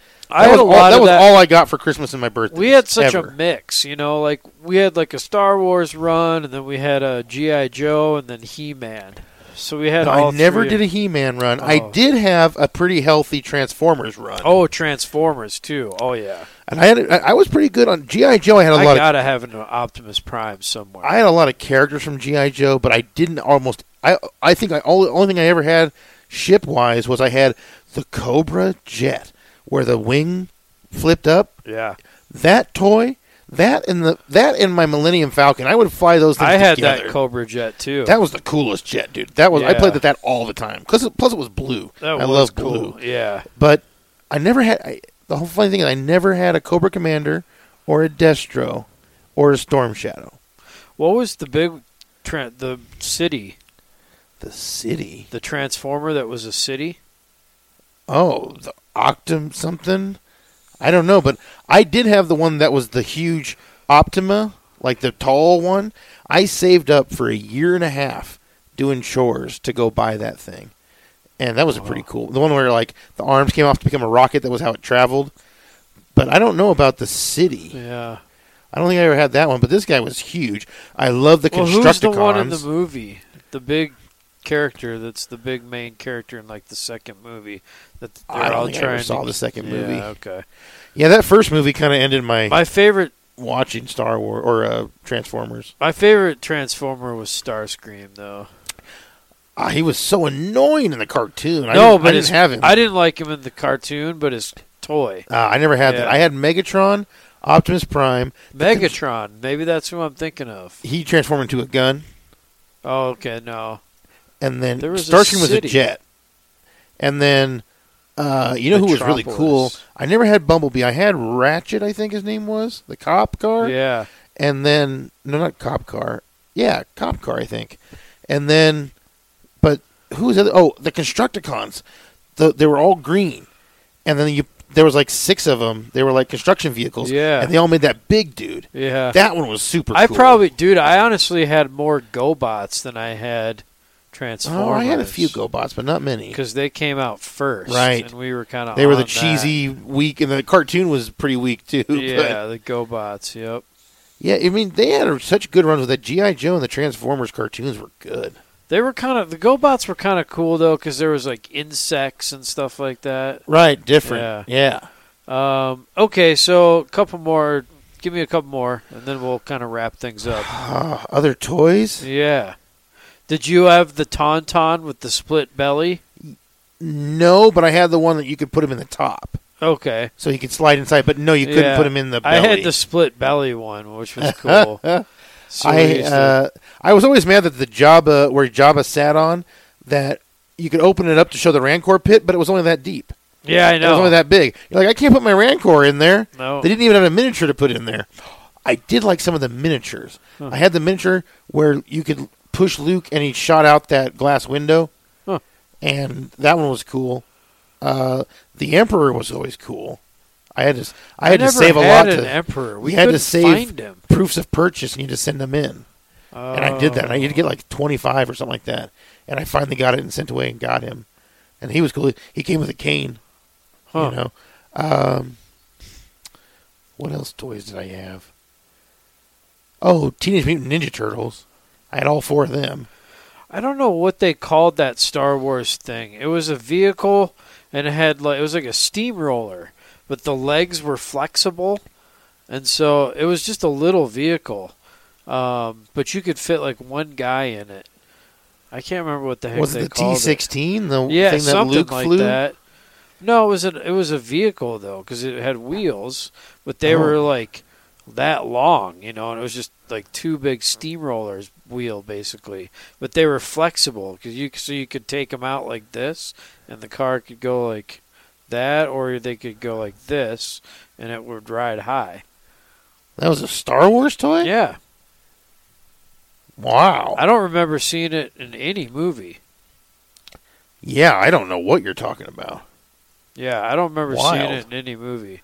That
I had
was
a
all-
lot
that
of
was
that.
all I got for Christmas and my birthday.
we had such
ever.
a mix, you know. Like we had like a Star Wars run, and then we had a GI Joe, and then He Man. So we had.
No,
all
I never
three.
did a He-Man run. I
Oh.
did have a pretty healthy Transformers run.
Oh, Transformers too. Oh yeah,
and I had I I was pretty good on GI Joe. I had a
I
lot of
gotta have an Optimus Prime somewhere.
I had a lot of characters from GI Joe, but I didn't almost. I I think I all, only thing I ever had ship wise was I had the Cobra jet, where the wing flipped up.
yeah,
That toy, that and the that and my Millennium Falcon. I would fly those. Things
I had
together.
that Cobra jet too.
That was the coolest jet, dude. That was I
Yeah.
played with that all the time. Cause it- plus it was blue.
That
I
was
love
cool.
blue.
Yeah,
But I never had I, the whole funny thing is I never had a Cobra Commander or a Destro or a Storm Shadow.
what was the big, tran the city,
The city.
the Transformer that was a city?
Oh, the Optum something. I don't know, but I did have the one that was the huge Optima, like the tall one. I saved up for a year and a half doing chores to go buy that thing. And that was a pretty cool. The one where like the arms came off to become a rocket, that was how it traveled. But I don't know about the city.
Yeah.
I don't think I ever had that one, but this guy was huge. I love the
Well, who's the
Constructicons.
one in the movie? The big character that's the big main character in like the second movie that they're
I don't
all
think I
trying
ever
to
saw the second
yeah,
movie.
Okay.
yeah, that first movie kind of ended my
My favorite
watching Star Wars or uh, Transformers.
my favorite Transformer was Starscream though.
Ah, he was so annoying in the cartoon. I
no,
didn't,
but
I didn't
his-
have him.
I didn't like him in the cartoon, but his toy.
Ah, I never had that.
Yeah.
I had Megatron, Optimus Prime.
Megatron, maybe that's who I'm thinking of.
He transformed into a gun,
Oh, okay, no.
and then
There was a
Starscream was a
city.
jet. And then, uh, you know who was really
Metropolis.
cool? I never had Bumblebee. I had Ratchet. I think his name was the cop car.
Yeah.
and then no, not cop car. Yeah, cop car, I think. And then, but who was the other? Oh, the Constructicons. The, they were all green, and then you there was like six of them. They were like construction vehicles.
Yeah.
and they all made that big dude.
Yeah.
That one was super.
I
cool.
probably dude, I honestly had more GoBots than I had Transformers.
oh, I had a few GoBots, but not many.
because they came out first,
Right.
And we were kind of
They were the cheesy, weak, and the cartoon was pretty weak too. but-
yeah, the GoBots. Yep,
yeah. I mean, they had such good runs with that. GI Joe and the Transformers cartoons were good.
they were kind of the GoBots were kind of cool though because there was like insects and stuff like that.
Right, different. yeah.
Um, okay, so a couple more. Give me a couple more, and then we'll kind of wrap things up.
Ah, other toys.
Yeah. Did you have the tauntaun with the split belly?
No, but I had the one that you could put him in the top,
Okay.
so he could slide inside. But no, you couldn't
Yeah.
put him in the. Belly. uh,
I had the split belly one, which was cool. So we
I
used to-
uh, I was always mad that the Jabba where Jabba sat on that you could open it up to show the Rancor pit, but it was only that deep.
yeah, I
It was
know.
only that big. You're like, I can't put my Rancor in there.
No.
They didn't even have a miniature to put in there. I did like some of the miniatures. I had the miniature where you could push Luke and he shot out that glass window,
Huh.
and that one was cool. Uh, the Emperor was always cool. I had to, I
I
had to
never
save a
had
lot
an
to
emperor. We
you had to
couldn't
save
find him.
proofs of purchase, and you had to send them in. And I did that. And I
Oh.
had to get like twenty five or something like that. And I finally got it and sent away and got him. And he was cool. He came with a cane.
Huh.
You know. Um, what else toys did I have? Oh, Teenage Mutant Ninja Turtles. I had all four of them.
I don't know what they called that Star Wars thing. It was a vehicle and it had like it was like a steamroller, but the legs were flexible, and so it was just a little vehicle. Um, but you could fit like one guy in it. I can't remember what the heck
Was
they
it the T
called it.
sixteen? The
Yeah,
thing that
something
Luke
like
flew.
that. No, it was an, it was a vehicle though because it had wheels, but they
Oh.
were like that long, you know, and it was just like two big steamrollers wheel basically, but they were flexible because you so you could take them out like this, and the car could go like that, or they could go like this, and it would ride high.
That was a Star Wars toy.
Yeah,
Wow.
I don't remember seeing it in any movie.
yeah, I don't know what you're talking about.
Yeah, I don't remember seeing
Wild.
it in any movie.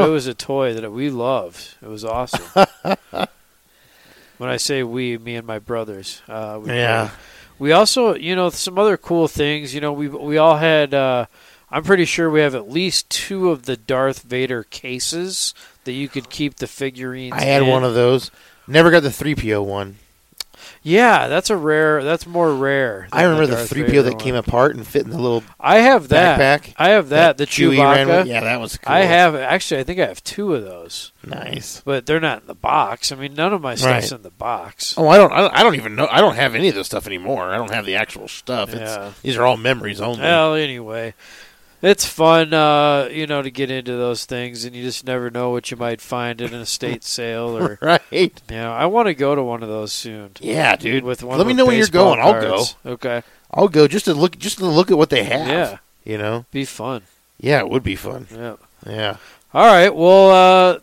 Huh.
it was a toy that we loved. It was awesome. when I say we, me and my brothers. Uh, we
Yeah.
played. We also, you know, some other cool things. You know, we we all had. Uh, I'm pretty sure we have at least two of the Darth Vader cases that you could keep the figurines.
I had
in.
one of those. Never got the three PO one.
Yeah, that's a rare. That's more rare. than
I remember the
Darth
three
Vader
PO that
one.
came apart and fit in the little
I have that.
backpack.
I have that. The
Chewie ran
Chewbacca.
with. Yeah, that was. cool.
I have actually. I think I have two of those,
nice.
but they're not in the box. I mean, none of my stuff's
Right.
in the box.
Oh, I don't, I don't. I don't even know. I don't have any of this stuff anymore. I don't have the actual stuff. It's,
Yeah.
These are all memories only.
Well, anyway, it's fun, uh, you know, to get into those things, and you just never know what you might find in an estate sale, or
Right?
you know, I want to go to one of those soon.
Yeah, dude.
With one
Let
with
me know when you're
baseball
going. I'll go.
cards. Okay,
I'll go just to look. Just to look at what they have.
Yeah.
You know.
be fun.
Yeah, it would be fun.
Yeah.
Yeah.
All right. Well, uh,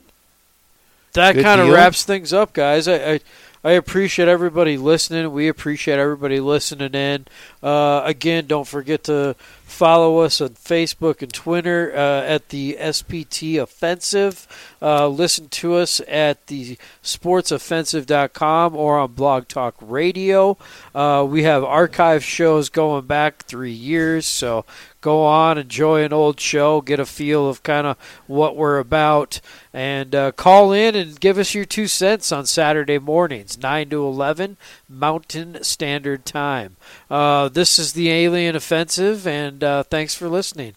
that
Good
kind of
deal.
wraps things up, guys. I, I I appreciate everybody listening. We appreciate everybody listening in. Uh, again, don't forget to follow us on Facebook and Twitter uh, at the SPT Offensive. Uh, listen to us at the sportsoffensive.com or on Blog Talk Radio. Uh, we have archive shows going back three years, so go on, enjoy an old show, get a feel of kind of what we're about, and uh, call in and give us your two cents on Saturday mornings, 9 to 11 Mountain Standard Time. Uh, this is the Alien Offensive, and uh, thanks for listening.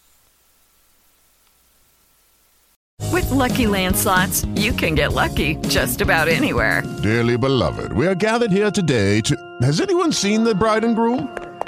With Lucky Land slots, you can get lucky just about anywhere.
Dearly beloved, we are gathered here today to. Has anyone seen the bride and groom?